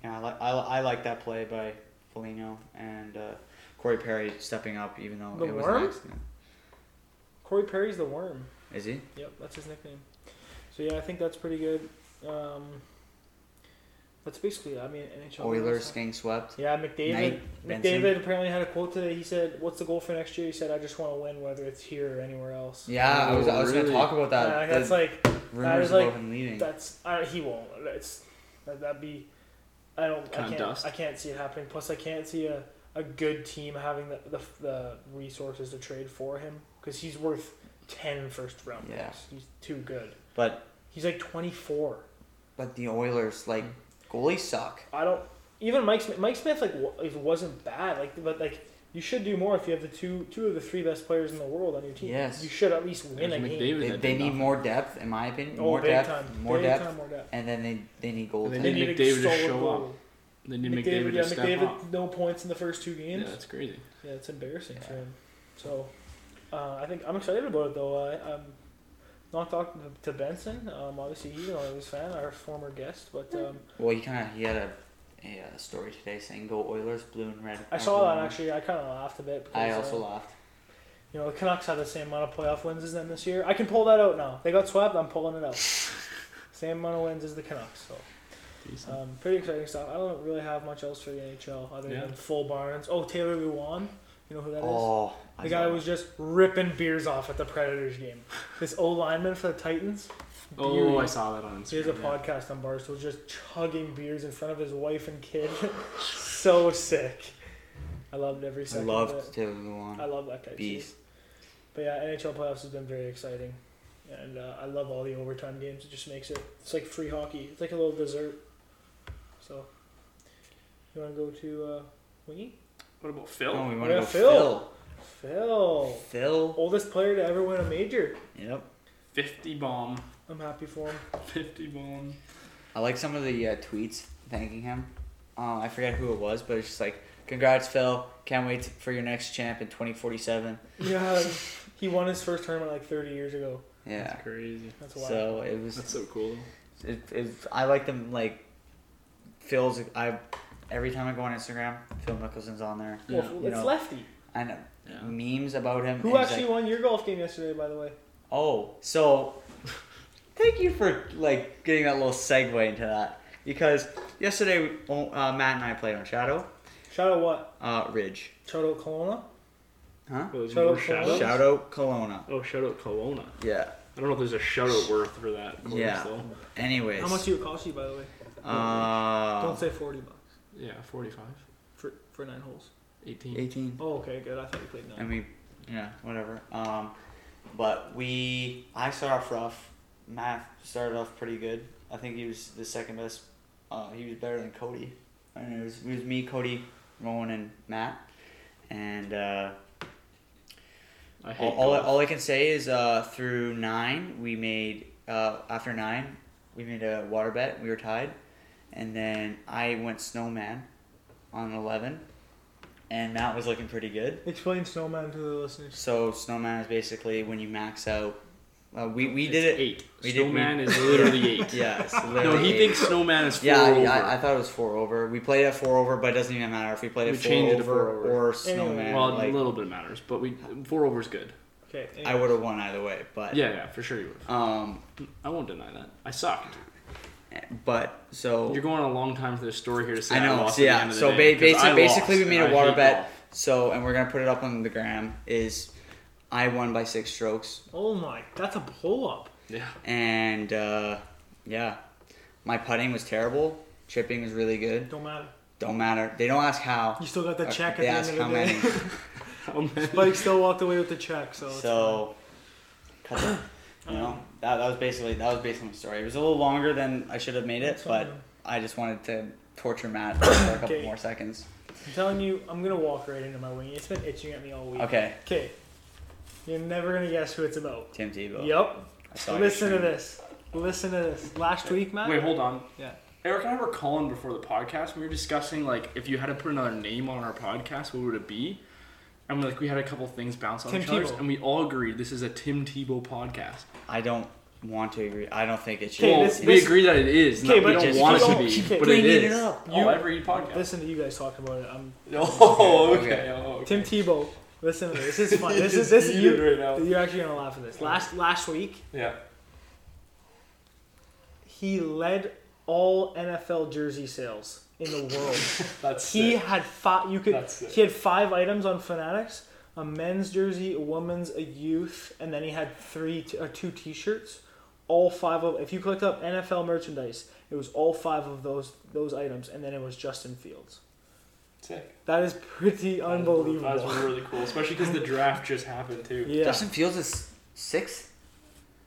[SPEAKER 2] yeah, I like I, li- I like that play by Foligno and uh, Corey Perry stepping up even though
[SPEAKER 3] The
[SPEAKER 2] it was
[SPEAKER 3] worm?
[SPEAKER 2] an accident.
[SPEAKER 3] Corey Perry's the worm.
[SPEAKER 2] Is he?
[SPEAKER 3] Yep, that's his nickname. So yeah, I think that's pretty good. Um, that's basically, I mean, NHL.
[SPEAKER 2] Oilers getting swept.
[SPEAKER 3] Yeah, McDavid.
[SPEAKER 2] Knight, Benson.
[SPEAKER 3] McDavid apparently had a quote today. He said, "What's the goal for next year?" He said, "I just want to win, whether it's here or anywhere else."
[SPEAKER 2] Yeah, I was, I was
[SPEAKER 4] Really?
[SPEAKER 2] gonna talk about that.
[SPEAKER 3] Yeah,
[SPEAKER 2] The-
[SPEAKER 3] that's like
[SPEAKER 2] rumors
[SPEAKER 3] like-
[SPEAKER 2] about him leaving.
[SPEAKER 3] that's I, he won't. It's that, that'd be. I don't. I
[SPEAKER 4] Kinda
[SPEAKER 3] can't.
[SPEAKER 4] dust.
[SPEAKER 3] I can't see it happening. Plus, I can't see a, a good team having the, the the resources to trade for him because he's worth 10 first round
[SPEAKER 2] Yeah.
[SPEAKER 3] picks. He's too good.
[SPEAKER 2] But
[SPEAKER 3] He's like twenty four.
[SPEAKER 2] but the Oilers like goalies suck.
[SPEAKER 3] I don't. Even Mike Smith, Mike Smith like wa- it wasn't bad. Like but like you should do more if you have the two two of the three best players in the world on your team.
[SPEAKER 2] Yes.
[SPEAKER 3] You should at least win
[SPEAKER 4] There's
[SPEAKER 3] a game.
[SPEAKER 4] McDavid
[SPEAKER 2] They,
[SPEAKER 4] that
[SPEAKER 2] they
[SPEAKER 4] did
[SPEAKER 2] need
[SPEAKER 4] nothing.
[SPEAKER 2] more depth, in my opinion.
[SPEAKER 3] Oh,
[SPEAKER 2] more
[SPEAKER 3] big
[SPEAKER 2] depth,
[SPEAKER 3] time.
[SPEAKER 2] more
[SPEAKER 3] big
[SPEAKER 2] depth,
[SPEAKER 3] time, more depth.
[SPEAKER 2] and then they they need goal.
[SPEAKER 4] And
[SPEAKER 3] They
[SPEAKER 4] They need
[SPEAKER 3] need a
[SPEAKER 4] McDavid to
[SPEAKER 3] solid
[SPEAKER 4] show
[SPEAKER 3] goal.
[SPEAKER 4] They need
[SPEAKER 3] McDavid,
[SPEAKER 4] McDavid, to
[SPEAKER 3] yeah,
[SPEAKER 4] step
[SPEAKER 3] McDavid,
[SPEAKER 4] up.
[SPEAKER 3] no points in the first two games.
[SPEAKER 4] Yeah, that's crazy.
[SPEAKER 3] Yeah, it's embarrassing for
[SPEAKER 2] Yeah.
[SPEAKER 3] him. So, uh, I think I'm excited about it though. I, I'm not talking to Benson. Um, obviously he's an Oilers fan, our former guest. But um,
[SPEAKER 2] Well, he kind of he had a, a uh, story today saying go Oilers, blue and red.
[SPEAKER 3] I
[SPEAKER 2] or
[SPEAKER 3] saw
[SPEAKER 2] blue
[SPEAKER 3] that
[SPEAKER 2] and
[SPEAKER 3] actually. I kind of laughed a bit.
[SPEAKER 2] red. I
[SPEAKER 3] uh,
[SPEAKER 2] also laughed.
[SPEAKER 3] You know, the Canucks have the same amount of playoff wins as them this year. I can pull that out now. They got swept. I'm pulling it out. same amount of wins as the Canucks. So,
[SPEAKER 4] Decent.
[SPEAKER 3] um, pretty exciting stuff. I don't really have much else for the NHL other
[SPEAKER 4] Yeah.
[SPEAKER 3] than full barns. Oh, Taylor Luan. You know who that is?
[SPEAKER 2] Oh, I
[SPEAKER 3] The guy
[SPEAKER 2] saw
[SPEAKER 3] was just ripping beers off at the Predators game. This old lineman for the Titans.
[SPEAKER 4] oh, I saw that on Instagram.
[SPEAKER 3] He has a
[SPEAKER 4] yeah.
[SPEAKER 3] podcast on Barstool, just chugging beers in front of his wife and kid. so sick. I loved every
[SPEAKER 2] I
[SPEAKER 3] second. of
[SPEAKER 2] loved
[SPEAKER 3] it.
[SPEAKER 2] Taylor Luan.
[SPEAKER 3] I love that guy. too.
[SPEAKER 2] Beast.
[SPEAKER 3] But yeah, NHL playoffs has been very exciting, and uh, I love all the overtime games. It just makes it it's like free hockey. It's like a little dessert. So, you want to go to uh, Wingy?
[SPEAKER 4] What about Phil?
[SPEAKER 2] Oh, we want
[SPEAKER 3] Yeah,
[SPEAKER 2] to go
[SPEAKER 3] Phil.
[SPEAKER 2] Phil.
[SPEAKER 3] Phil,
[SPEAKER 2] Phil.
[SPEAKER 3] oldest player to ever win a major.
[SPEAKER 2] Yep.
[SPEAKER 4] 50 bomb.
[SPEAKER 3] I'm happy for him.
[SPEAKER 4] 50 bomb.
[SPEAKER 2] I like some of the uh, tweets thanking him. Uh, I forget who it was, but it's just like, congrats, Phil. Can't wait for your next champ in 2047.
[SPEAKER 3] Yeah, he won his first tournament like 30 years ago.
[SPEAKER 2] Yeah.
[SPEAKER 4] That's crazy.
[SPEAKER 3] That's wild.
[SPEAKER 2] So it was.
[SPEAKER 4] That's so cool.
[SPEAKER 2] It, it, I like them like. Phil's. I every time I go on Instagram, Phil Mickelson's on there.
[SPEAKER 3] well,
[SPEAKER 4] Yeah.
[SPEAKER 2] you
[SPEAKER 3] it's
[SPEAKER 2] know.
[SPEAKER 3] lefty.
[SPEAKER 2] I know
[SPEAKER 4] Yeah.
[SPEAKER 2] memes about him.
[SPEAKER 3] Who
[SPEAKER 2] and he's
[SPEAKER 3] actually
[SPEAKER 2] like,
[SPEAKER 3] won your golf game yesterday, by the way?
[SPEAKER 2] Oh, so thank you for like getting that little segue into that because yesterday uh, Matt and I played on Shadow
[SPEAKER 3] Shout out what?
[SPEAKER 2] uh, Ridge,
[SPEAKER 3] Shout out Kelowna?
[SPEAKER 2] huh?
[SPEAKER 4] Well, Oh, there's
[SPEAKER 3] Shout
[SPEAKER 4] more
[SPEAKER 3] out
[SPEAKER 4] shout-outs?
[SPEAKER 3] Kelowna.
[SPEAKER 2] Shadow Kelowna.
[SPEAKER 4] Oh, shout out Kelowna.
[SPEAKER 2] Yeah.
[SPEAKER 4] I don't know if there's a shout out worth for that. of course,
[SPEAKER 2] Yeah.
[SPEAKER 4] Though.
[SPEAKER 2] Anyways.
[SPEAKER 3] How much do it cost you, by the way?
[SPEAKER 2] Uh,
[SPEAKER 3] Don't say 40 bucks
[SPEAKER 4] Yeah, 45.
[SPEAKER 3] for, for nine holes.
[SPEAKER 4] 18.
[SPEAKER 2] 18.
[SPEAKER 3] Oh, okay, good. I thought you played nine.
[SPEAKER 2] and we yeah whatever um but we i started off rough math started off pretty good i think he was the second best uh, he was better than cody and it was, it was me cody rowan and matt and uh,
[SPEAKER 4] I hate
[SPEAKER 2] all, all, I-
[SPEAKER 4] golf.
[SPEAKER 2] all i can say is uh, through nine we made uh, after nine we made a water bet we were tied and then i went snowman on 11 and matt was looking pretty good
[SPEAKER 3] Explain Snowman to the listeners.
[SPEAKER 2] so snowman is basically when you max out. Uh, we we did
[SPEAKER 4] It's
[SPEAKER 2] it.
[SPEAKER 4] Eight.
[SPEAKER 2] we did-
[SPEAKER 4] snowman is literally eight.
[SPEAKER 2] Yeah, it's
[SPEAKER 4] No,
[SPEAKER 2] literally
[SPEAKER 4] he
[SPEAKER 2] eight.
[SPEAKER 4] thinks snowman is four
[SPEAKER 2] Yeah,
[SPEAKER 4] over.
[SPEAKER 2] yeah I, I thought it was four over. We played at four over, but it doesn't even matter if we played
[SPEAKER 4] We
[SPEAKER 2] at four
[SPEAKER 4] changed
[SPEAKER 2] over,
[SPEAKER 4] it to four over.
[SPEAKER 2] or snowman.
[SPEAKER 4] well,
[SPEAKER 2] like,
[SPEAKER 4] a little bit matters, but we four over is good.
[SPEAKER 3] Okay.
[SPEAKER 2] I would have won either way, but
[SPEAKER 4] Yeah, yeah, for sure you would.
[SPEAKER 2] Um,
[SPEAKER 4] I won't deny that. I sucked.
[SPEAKER 2] but so
[SPEAKER 4] You're going a long time for this story here to say
[SPEAKER 2] I know.
[SPEAKER 4] lost
[SPEAKER 2] so
[SPEAKER 4] at the
[SPEAKER 2] yeah.
[SPEAKER 4] end of the
[SPEAKER 2] so ba-
[SPEAKER 4] day, 'cause
[SPEAKER 2] basi-
[SPEAKER 4] I
[SPEAKER 2] basically,
[SPEAKER 4] lost,
[SPEAKER 2] we made
[SPEAKER 4] and
[SPEAKER 2] a
[SPEAKER 4] I
[SPEAKER 2] water
[SPEAKER 4] hate
[SPEAKER 2] bet.
[SPEAKER 4] golf.
[SPEAKER 2] So and we're gonna put it up on the gram. Is I won by six strokes.
[SPEAKER 3] Oh my, that's a pull up.
[SPEAKER 4] Yeah.
[SPEAKER 2] and uh, yeah, my putting was terrible. Chipping was really good.
[SPEAKER 3] Don't matter.
[SPEAKER 2] Don't matter. They don't ask how.
[SPEAKER 3] You still got the
[SPEAKER 2] Uh,
[SPEAKER 3] check at
[SPEAKER 2] they
[SPEAKER 3] the
[SPEAKER 2] ask
[SPEAKER 3] end of
[SPEAKER 2] how
[SPEAKER 3] the day.
[SPEAKER 2] many.
[SPEAKER 4] Oh,
[SPEAKER 3] Mike still walked away with the check, so. it's Um,
[SPEAKER 2] so, cut
[SPEAKER 3] fine.
[SPEAKER 2] that. You know, that, that was basically that was basically my story. It was a little longer than I should have made it,
[SPEAKER 3] That's
[SPEAKER 2] but
[SPEAKER 3] fine.
[SPEAKER 2] I just wanted to torture Matt for a couple
[SPEAKER 3] Okay.
[SPEAKER 2] more seconds.
[SPEAKER 3] I'm telling you, I'm gonna walk right into my wing. It's been itching at me all week.
[SPEAKER 2] Okay,
[SPEAKER 3] Okay. You're never gonna guess who it's about.
[SPEAKER 2] Tim
[SPEAKER 4] Oh.
[SPEAKER 2] Tebow.
[SPEAKER 3] Yep.
[SPEAKER 2] I saw your
[SPEAKER 3] Listen to
[SPEAKER 2] stream.
[SPEAKER 3] this. Listen to this. Last week, Matt.
[SPEAKER 4] Wait, hold on.
[SPEAKER 3] Yeah.
[SPEAKER 4] Eric and I were calling before the podcast. We were discussing like if you had to put another name on our podcast, what would it be? And like we had a couple things bounce off
[SPEAKER 3] Tim
[SPEAKER 4] each other,
[SPEAKER 3] Tebow.
[SPEAKER 4] and we all agreed this is a Tim Tebow podcast.
[SPEAKER 2] I don't want to agree. I don't think it should.
[SPEAKER 3] Okay,
[SPEAKER 4] well,
[SPEAKER 3] this-
[SPEAKER 4] we
[SPEAKER 3] this-
[SPEAKER 4] agree that it is.
[SPEAKER 3] Okay,
[SPEAKER 4] no,
[SPEAKER 3] but
[SPEAKER 4] we don't
[SPEAKER 2] just
[SPEAKER 4] want it
[SPEAKER 2] keep-
[SPEAKER 4] to be,
[SPEAKER 3] keep- keep
[SPEAKER 4] but it
[SPEAKER 2] bringing it
[SPEAKER 4] is.
[SPEAKER 2] up.
[SPEAKER 4] Oh,
[SPEAKER 3] You-
[SPEAKER 4] every podcast.
[SPEAKER 3] Listen to you guys talk about it. I'm
[SPEAKER 4] oh, okay.
[SPEAKER 2] Okay.
[SPEAKER 4] Oh, okay.
[SPEAKER 3] Tim Tebow. Listen to this. This is fun.
[SPEAKER 4] You
[SPEAKER 3] This is
[SPEAKER 4] just
[SPEAKER 3] this is
[SPEAKER 4] heated
[SPEAKER 3] you.
[SPEAKER 4] right now.
[SPEAKER 3] You're actually gonna laugh at this. Last last week,
[SPEAKER 4] Yeah.
[SPEAKER 3] he led all NFL jersey sales in the world.
[SPEAKER 4] That's
[SPEAKER 3] he
[SPEAKER 4] sick.
[SPEAKER 3] had five. You could.
[SPEAKER 4] That's sick.
[SPEAKER 3] He had five items on Fanatics: a men's jersey, a woman's, a youth, and then he had three t- or two T-shirts. All five of. If you clicked up NFL merchandise, it was all five of those those items, and then it was Justin Fields.
[SPEAKER 4] sick.
[SPEAKER 3] That is pretty unbelievable.
[SPEAKER 4] That was really cool, especially because the draft just happened too.
[SPEAKER 3] yeah.
[SPEAKER 2] Justin Fields is sixth,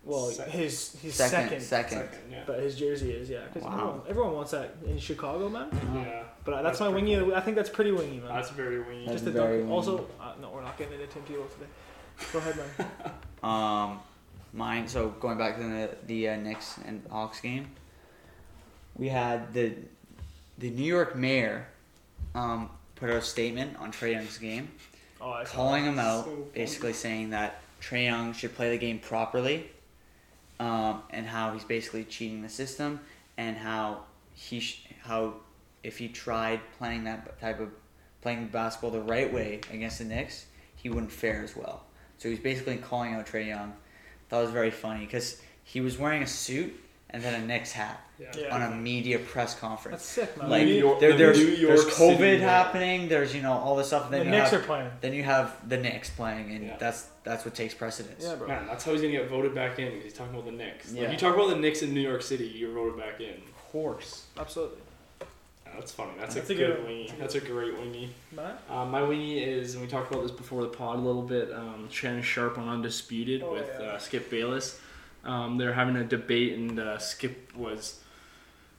[SPEAKER 3] well,
[SPEAKER 4] Second.
[SPEAKER 3] his his
[SPEAKER 2] second,
[SPEAKER 3] second,
[SPEAKER 2] second.
[SPEAKER 4] Second, yeah.
[SPEAKER 3] but his jersey is yeah. 'cause
[SPEAKER 2] Wow.
[SPEAKER 3] everyone, everyone wants that in Chicago, man.
[SPEAKER 4] yeah.
[SPEAKER 3] But that's,
[SPEAKER 4] That's
[SPEAKER 3] my
[SPEAKER 4] pretty
[SPEAKER 3] wingy. I think that's pretty wingy, man.
[SPEAKER 4] That's very weird.
[SPEAKER 2] That's
[SPEAKER 3] Just a
[SPEAKER 2] very
[SPEAKER 3] dunk.
[SPEAKER 2] wingy.
[SPEAKER 3] Also, uh, no, we're not getting into Tim Tebow today. Go ahead, man.
[SPEAKER 2] Um, mine. So going back to the the uh, Knicks and Hawks game, we had the the New York mayor um, put out a statement on Trey Young's game,
[SPEAKER 3] Oh, I saw
[SPEAKER 2] calling
[SPEAKER 3] that.
[SPEAKER 2] him out,
[SPEAKER 3] So funny.
[SPEAKER 2] basically saying that Trey Young should play the game properly, um, and how he's basically cheating the system, and how he sh- how if he tried playing that type of playing basketball the right way against the Knicks, he wouldn't fare as well. So he's basically calling out Trey Young. That was very funny because he was wearing a suit and then a Knicks hat
[SPEAKER 3] Yeah.
[SPEAKER 2] on a media press conference.
[SPEAKER 3] That's sick, man.
[SPEAKER 2] Like
[SPEAKER 4] New York-
[SPEAKER 2] there,
[SPEAKER 4] the
[SPEAKER 2] there's,
[SPEAKER 4] New York
[SPEAKER 2] there's COVID
[SPEAKER 4] City Mayor.
[SPEAKER 2] happening. There's you know all this stuff. And
[SPEAKER 3] the
[SPEAKER 2] then you
[SPEAKER 3] Knicks
[SPEAKER 2] have,
[SPEAKER 3] are playing.
[SPEAKER 2] then you have the Knicks playing, and
[SPEAKER 4] Yeah.
[SPEAKER 2] that's that's what takes precedence.
[SPEAKER 3] Yeah, bro.
[SPEAKER 4] Man, that's how he's gonna get voted back in. He's talking about the Knicks. Like,
[SPEAKER 2] Yeah.
[SPEAKER 4] you talk about the Knicks in New York City, you're voted back in.
[SPEAKER 2] Horse.
[SPEAKER 3] Absolutely.
[SPEAKER 4] Yeah, that's funny. That's,
[SPEAKER 3] That's
[SPEAKER 4] a,
[SPEAKER 3] a
[SPEAKER 4] good,
[SPEAKER 3] good one.
[SPEAKER 4] wingy. That's a great wingy.
[SPEAKER 3] Matt?
[SPEAKER 4] Um, my wingy is, and we talked about this before the pod a little bit. Um, Shannon Sharp on Undisputed
[SPEAKER 3] Oh,
[SPEAKER 4] with
[SPEAKER 3] yeah.
[SPEAKER 4] uh, Skip Bayless. Um, they're having a debate, and uh, Skip was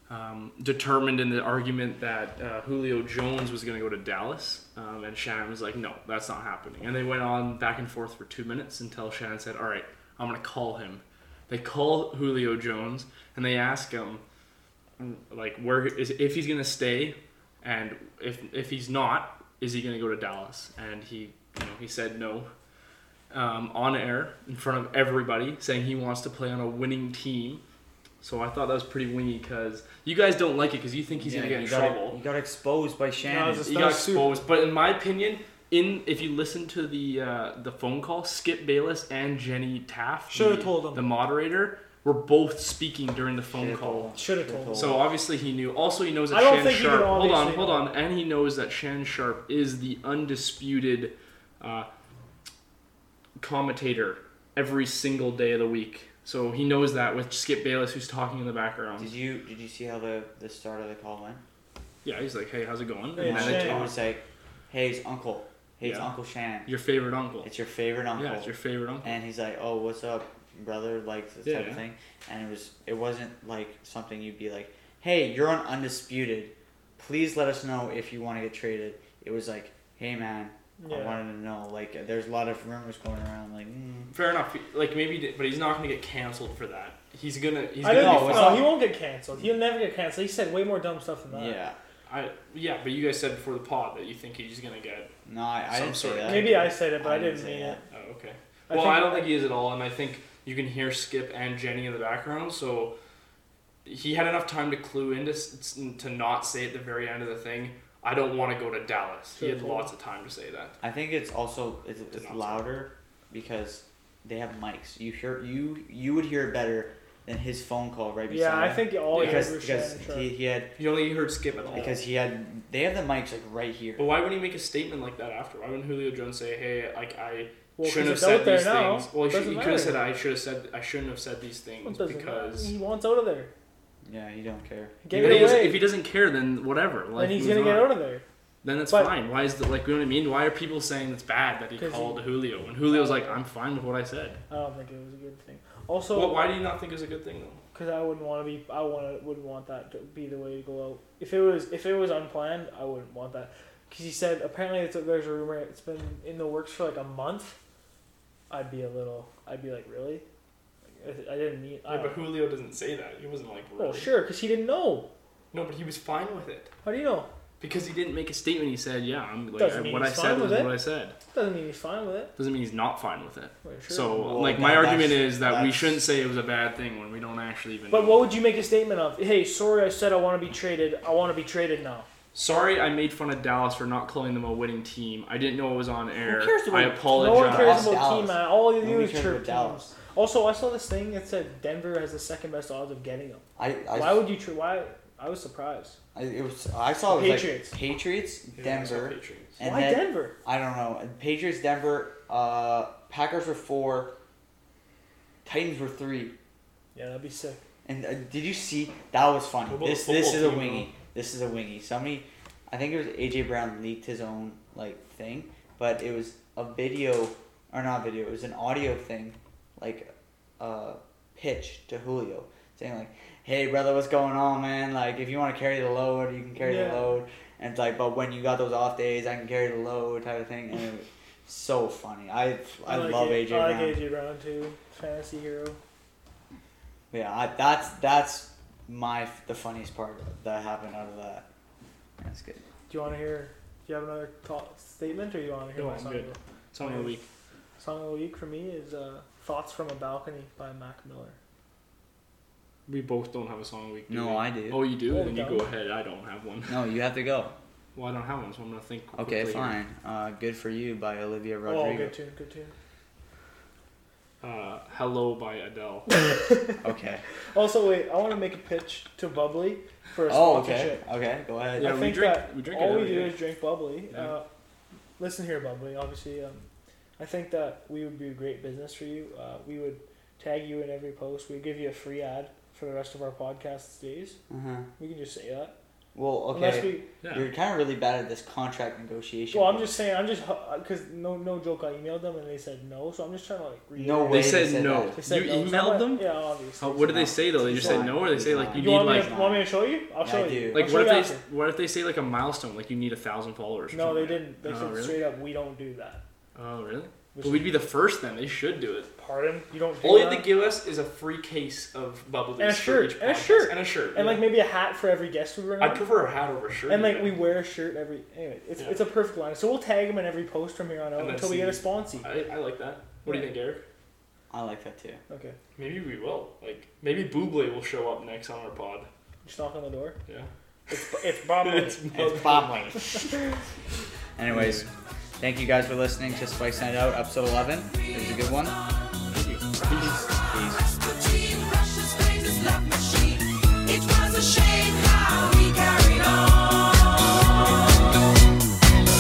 [SPEAKER 4] um, determined in the argument that uh, Julio Jones was going to go to Dallas, um, and Shannon was like, "No, that's not happening." And they went on back and forth for two minutes until Shannon said, "All right, I'm going to call him." They call Julio Jones, and they ask him like where is if he's gonna stay, and if if he's not, is he gonna go to Dallas? And he you know he said no, um, on air in front of everybody, saying he wants to play on a winning team. So I thought that was pretty wingy because you guys don't like it because you think he's gonna get in
[SPEAKER 2] you got,
[SPEAKER 4] trouble.
[SPEAKER 2] You got exposed by Shannon.
[SPEAKER 3] was a-
[SPEAKER 4] You got
[SPEAKER 3] That's
[SPEAKER 4] exposed. But in my opinion, in if you listen to the uh, the phone call, Skip Bayless and Jenny Taft,
[SPEAKER 3] Should've
[SPEAKER 4] the-
[SPEAKER 3] told him.
[SPEAKER 4] the moderator, were both speaking during the phone
[SPEAKER 2] Should've
[SPEAKER 4] call.
[SPEAKER 2] told him.
[SPEAKER 3] Should have told us.
[SPEAKER 4] So obviously he knew. Also, he knows that
[SPEAKER 3] I don't
[SPEAKER 4] Shan
[SPEAKER 3] think he
[SPEAKER 4] Sharp.
[SPEAKER 3] would
[SPEAKER 4] Hold on,
[SPEAKER 3] obviously
[SPEAKER 4] hold
[SPEAKER 3] know.
[SPEAKER 4] on, and he knows that Shan Sharp is the undisputed uh, commentator every single day of the week. So he knows that with Skip Bayless, who's talking in the
[SPEAKER 2] Did
[SPEAKER 4] background.
[SPEAKER 2] you did you see how the the start of the call went?
[SPEAKER 4] Yeah, he's like, "Hey, how's it going?"
[SPEAKER 3] Hey,
[SPEAKER 4] And then they
[SPEAKER 3] Shan.
[SPEAKER 2] It
[SPEAKER 4] talk.
[SPEAKER 2] was like, "Hey, it's Uncle. Hey, it's
[SPEAKER 4] Yeah.
[SPEAKER 2] Uncle Shannon.
[SPEAKER 4] your favorite uncle.
[SPEAKER 2] It's your favorite uncle."
[SPEAKER 4] yeah, it's your favorite uncle.
[SPEAKER 2] and he's like, "Oh, what's up, brother?" Like this type
[SPEAKER 4] Yeah.
[SPEAKER 2] of thing. And it was it wasn't like something you'd be like, "Hey, you're on undisputed. Please let us know if you want to get traded." It was like, "Hey, man, I
[SPEAKER 3] Yeah.
[SPEAKER 2] wanted to know." Like, there's a lot of rumors going around. Like, mm.
[SPEAKER 4] Fair enough. Like maybe, he did- but he's not gonna get canceled for that. He's gonna. He's
[SPEAKER 3] I
[SPEAKER 4] gonna.
[SPEAKER 3] don't
[SPEAKER 2] No,
[SPEAKER 4] be
[SPEAKER 3] know.
[SPEAKER 2] it's
[SPEAKER 4] fine.
[SPEAKER 3] No,
[SPEAKER 2] not-
[SPEAKER 3] he won't get canceled. He'll never get canceled. He said way more dumb stuff than that.
[SPEAKER 2] yeah.
[SPEAKER 4] I, yeah, but you guys said before the pod that you think he's gonna get
[SPEAKER 2] No, I, I
[SPEAKER 4] Some
[SPEAKER 2] didn't say
[SPEAKER 4] sort of-
[SPEAKER 2] that.
[SPEAKER 3] Maybe I said it, but I,
[SPEAKER 2] didn't
[SPEAKER 3] didn't
[SPEAKER 2] say
[SPEAKER 3] mean
[SPEAKER 2] that.
[SPEAKER 3] it.
[SPEAKER 4] Oh, okay.
[SPEAKER 3] I
[SPEAKER 4] Well,
[SPEAKER 3] think-
[SPEAKER 4] I don't think he is at all, and I think you can hear Skip and Jenny in the background, so he had enough time to clue into s- to not say at the very end of the thing, "I don't want to go to Dallas." He had
[SPEAKER 3] Sure.
[SPEAKER 4] lots of time to say that.
[SPEAKER 2] I think it's also it's, it's
[SPEAKER 4] not say.
[SPEAKER 2] louder because they have mics. You hear you you would hear it better than his phone call right beside.
[SPEAKER 3] Yeah, I
[SPEAKER 2] him.
[SPEAKER 3] think all he
[SPEAKER 2] because
[SPEAKER 3] did was
[SPEAKER 2] because
[SPEAKER 3] Shannon Sharp.
[SPEAKER 2] he, he had
[SPEAKER 4] You only heard Skip at all.
[SPEAKER 2] because he had they have the mics like right here.
[SPEAKER 4] but why wouldn't he make a statement like that after? Why wouldn't Julio Jones say, "Hey, like I
[SPEAKER 3] Well, 'cause
[SPEAKER 4] shouldn't have
[SPEAKER 3] it's out
[SPEAKER 4] said
[SPEAKER 3] there
[SPEAKER 4] these
[SPEAKER 3] now.
[SPEAKER 4] things"? Well, he, should,
[SPEAKER 3] Doesn't
[SPEAKER 4] he could have said,
[SPEAKER 3] matter.
[SPEAKER 4] "I should have said I shouldn't have said these things
[SPEAKER 3] It doesn't
[SPEAKER 4] because."
[SPEAKER 3] matter. he wants out of there.
[SPEAKER 2] Yeah, you don't care.
[SPEAKER 3] Get
[SPEAKER 4] But
[SPEAKER 3] it
[SPEAKER 4] he doesn't-
[SPEAKER 3] away.
[SPEAKER 4] if he doesn't care, then whatever. Like,
[SPEAKER 3] then he's
[SPEAKER 4] move
[SPEAKER 3] gonna get
[SPEAKER 4] on.
[SPEAKER 3] out of there.
[SPEAKER 4] then that's
[SPEAKER 3] But-
[SPEAKER 4] fine. Why is the like? You know what I mean? Why are people saying it's bad that he
[SPEAKER 3] 'Cause he-
[SPEAKER 4] called Julio? And Julio's like, I'm fine with what I said.
[SPEAKER 3] I don't think it was a good thing. Also,
[SPEAKER 4] well, why do you not think it's a good thing though?
[SPEAKER 3] Because I wouldn't want to be. I want to, wouldn't want that to be the way to go out. If it was, if it was unplanned, I wouldn't want that. because he said apparently it's, there's a rumor it's been in the works for like a month. I'd be a little. I'd be like, really? I, I didn't need. I
[SPEAKER 4] Yeah, but Julio doesn't say that. He wasn't like,
[SPEAKER 3] well,
[SPEAKER 4] really.
[SPEAKER 3] sure, because he didn't know.
[SPEAKER 4] No, but he was fine with it
[SPEAKER 3] How do you know?
[SPEAKER 4] because he didn't make a statement. He said, "Yeah, I'm like
[SPEAKER 3] Doesn't
[SPEAKER 4] I-
[SPEAKER 3] mean
[SPEAKER 4] what I
[SPEAKER 3] he's
[SPEAKER 4] said
[SPEAKER 3] fine
[SPEAKER 4] was
[SPEAKER 3] with it.
[SPEAKER 4] what I said."
[SPEAKER 3] Doesn't mean he's fine with it.
[SPEAKER 4] Doesn't mean he's not fine with it.
[SPEAKER 3] Well, sure.
[SPEAKER 4] So,
[SPEAKER 2] Well,
[SPEAKER 4] like,
[SPEAKER 2] that-
[SPEAKER 4] my argument
[SPEAKER 2] that's-
[SPEAKER 4] is that we
[SPEAKER 2] that's-
[SPEAKER 4] shouldn't say it was a bad thing when we don't actually even.
[SPEAKER 3] But
[SPEAKER 4] know.
[SPEAKER 3] what would you make a statement of? Hey, sorry, I said I want to be traded. I want to be traded now.
[SPEAKER 4] Sorry, I made fun of Dallas for not calling them a winning team. I didn't know it was on air.
[SPEAKER 2] cares the
[SPEAKER 4] I
[SPEAKER 2] winning-
[SPEAKER 4] apologize.
[SPEAKER 3] No one cares
[SPEAKER 2] Dallas.
[SPEAKER 3] about team. Man. All you do
[SPEAKER 2] Nobody
[SPEAKER 3] is
[SPEAKER 2] cares
[SPEAKER 3] chirp
[SPEAKER 2] about Dallas.
[SPEAKER 3] teams. Also, I saw this thing that said Denver has the second best odds of getting him.
[SPEAKER 2] I, I,
[SPEAKER 3] Why would you? Tra- why? I was surprised.
[SPEAKER 2] I, it was, I saw it was
[SPEAKER 3] Patriots.
[SPEAKER 2] like Patriots,
[SPEAKER 4] Yeah, it's the
[SPEAKER 2] Denver,
[SPEAKER 4] Patriots.
[SPEAKER 2] and
[SPEAKER 3] why
[SPEAKER 2] then
[SPEAKER 3] Denver?
[SPEAKER 2] I don't know. Patriots, Denver, uh, Packers were four, Titans were three.
[SPEAKER 3] Yeah, that'd be sick.
[SPEAKER 2] And uh, did you see that was funny?
[SPEAKER 4] Football-
[SPEAKER 2] this this
[SPEAKER 4] football
[SPEAKER 2] is a
[SPEAKER 4] team,
[SPEAKER 2] wingy. This is a wingy. Somebody, I think it was AJ Brown leaked his own like thing, but it was a video or not video. It was an audio thing, like uh, pitch to Julio saying like, "Hey brother, what's going on, man? Like if you want to carry the load, you can carry
[SPEAKER 3] Yeah.
[SPEAKER 2] the load." And it's like, but when you got those off days, I can carry the load type of thing. And it was so funny. I I,
[SPEAKER 3] like
[SPEAKER 2] love
[SPEAKER 3] it.
[SPEAKER 2] AJ Brown.
[SPEAKER 3] I like AJ Brown too. Fantasy hero.
[SPEAKER 2] Yeah, I, that's that's my the funniest part that happened out of that. That's good.
[SPEAKER 3] Do you want to hear? Do you have another thought statement, or you want to hear
[SPEAKER 4] No,
[SPEAKER 3] my
[SPEAKER 4] I'm
[SPEAKER 3] song?
[SPEAKER 4] good.
[SPEAKER 3] Of the-
[SPEAKER 4] Song of the week.
[SPEAKER 3] song of the week for me is uh, "Thoughts from a Balcony" by Mac Miller.
[SPEAKER 4] We both don't have a song of the week. do
[SPEAKER 2] No,
[SPEAKER 4] we?
[SPEAKER 2] I do.
[SPEAKER 4] Oh, you do?
[SPEAKER 3] Oh,
[SPEAKER 4] then you
[SPEAKER 3] no.
[SPEAKER 4] go ahead. I don't have one.
[SPEAKER 2] No, you have to go.
[SPEAKER 4] Well, I don't have one, so I'm gonna think.
[SPEAKER 2] Okay,
[SPEAKER 4] quickly.
[SPEAKER 2] fine. Uh, good for you by Olivia
[SPEAKER 3] Oh,
[SPEAKER 2] Rodrigo.
[SPEAKER 3] good tune, good tune.
[SPEAKER 4] Uh, Hello by Adele.
[SPEAKER 2] okay.
[SPEAKER 3] Also, wait, I want to make a pitch to Bubbly for a
[SPEAKER 2] Oh,
[SPEAKER 3] sponsorship.
[SPEAKER 2] okay. Okay, go ahead.
[SPEAKER 4] Yeah,
[SPEAKER 3] I
[SPEAKER 4] we
[SPEAKER 3] think
[SPEAKER 4] drink-
[SPEAKER 3] that
[SPEAKER 4] we drink it
[SPEAKER 3] all we
[SPEAKER 4] every
[SPEAKER 3] do
[SPEAKER 4] day.
[SPEAKER 3] is drink bubbly.
[SPEAKER 4] Yeah.
[SPEAKER 3] Uh, listen here, bubbly. Obviously, um, I think that we would be a great business for you. Uh, we would tag you in every post. We'd give you a free ad for the rest of our podcast days.
[SPEAKER 2] Uh-huh.
[SPEAKER 3] We can just say that.
[SPEAKER 2] Well,
[SPEAKER 3] Unless
[SPEAKER 2] okay.
[SPEAKER 3] we,
[SPEAKER 4] Yeah.
[SPEAKER 2] You're kind of really bad at this contract negotiation.
[SPEAKER 3] well, I'm just saying. I'm just because no, no joke. I emailed them and they said no. So I'm just trying to like.
[SPEAKER 2] No
[SPEAKER 3] reiterate.
[SPEAKER 2] way.
[SPEAKER 4] They said
[SPEAKER 2] said
[SPEAKER 4] no.
[SPEAKER 2] that.
[SPEAKER 3] They said
[SPEAKER 4] You
[SPEAKER 3] no. So I'm
[SPEAKER 4] emailed
[SPEAKER 3] like-
[SPEAKER 4] them?
[SPEAKER 3] Yeah, obviously.
[SPEAKER 4] How, what do they
[SPEAKER 2] not.
[SPEAKER 4] say though? They just say
[SPEAKER 2] It's
[SPEAKER 4] no,
[SPEAKER 2] not.
[SPEAKER 4] or they say
[SPEAKER 2] It's
[SPEAKER 4] like
[SPEAKER 2] not.
[SPEAKER 4] you
[SPEAKER 3] you,
[SPEAKER 4] need
[SPEAKER 3] want,
[SPEAKER 4] like
[SPEAKER 3] me to, want me to show you? I'll
[SPEAKER 2] Yeah,
[SPEAKER 3] show
[SPEAKER 2] I
[SPEAKER 3] you.
[SPEAKER 2] do.
[SPEAKER 4] like
[SPEAKER 3] I'll
[SPEAKER 4] what
[SPEAKER 3] show you
[SPEAKER 4] if they
[SPEAKER 3] after.
[SPEAKER 4] what if they say like a milestone like you need a thousand followers? or
[SPEAKER 3] No, they
[SPEAKER 4] something?
[SPEAKER 3] didn't. They
[SPEAKER 4] Oh,
[SPEAKER 3] said
[SPEAKER 4] really?
[SPEAKER 3] straight up, we don't do that.
[SPEAKER 4] Oh really?
[SPEAKER 3] Which
[SPEAKER 4] But we'd be the first then. They should do it.
[SPEAKER 3] Pardon? You don't do
[SPEAKER 4] All you
[SPEAKER 3] that?
[SPEAKER 4] have to give us is a free case of bubble
[SPEAKER 3] And a
[SPEAKER 4] Teas for
[SPEAKER 3] shirt,
[SPEAKER 4] each
[SPEAKER 3] and a
[SPEAKER 4] podcast.
[SPEAKER 3] shirt.
[SPEAKER 4] and a shirt.
[SPEAKER 3] and
[SPEAKER 4] yeah.
[SPEAKER 3] like maybe a hat for every guest we bring
[SPEAKER 4] I'd
[SPEAKER 3] on.
[SPEAKER 4] prefer a hat over a shirt.
[SPEAKER 3] And like we
[SPEAKER 4] even.
[SPEAKER 3] wear a shirt every. Anyway, it's
[SPEAKER 4] Yeah.
[SPEAKER 3] it's a perfect line. So we'll tag him in every post from here on out
[SPEAKER 4] And
[SPEAKER 3] until
[SPEAKER 4] then
[SPEAKER 3] we get a
[SPEAKER 4] see-
[SPEAKER 3] sponsor.
[SPEAKER 4] I, I like that. What do you think, Eric?
[SPEAKER 2] I like that too.
[SPEAKER 3] Okay,
[SPEAKER 4] Maybe we will. Like maybe Buble will show up next on our pod.
[SPEAKER 3] just knock on the door.
[SPEAKER 4] Yeah.
[SPEAKER 3] It's it's Bob.
[SPEAKER 4] It's
[SPEAKER 2] It's Bob Lane. Anyways, thank you guys for listening to Spike Night Out, episode 11. It was a good one.
[SPEAKER 4] Peace.
[SPEAKER 2] Peace.
[SPEAKER 6] Rasputin, Russia's famous love machine. It was a shame how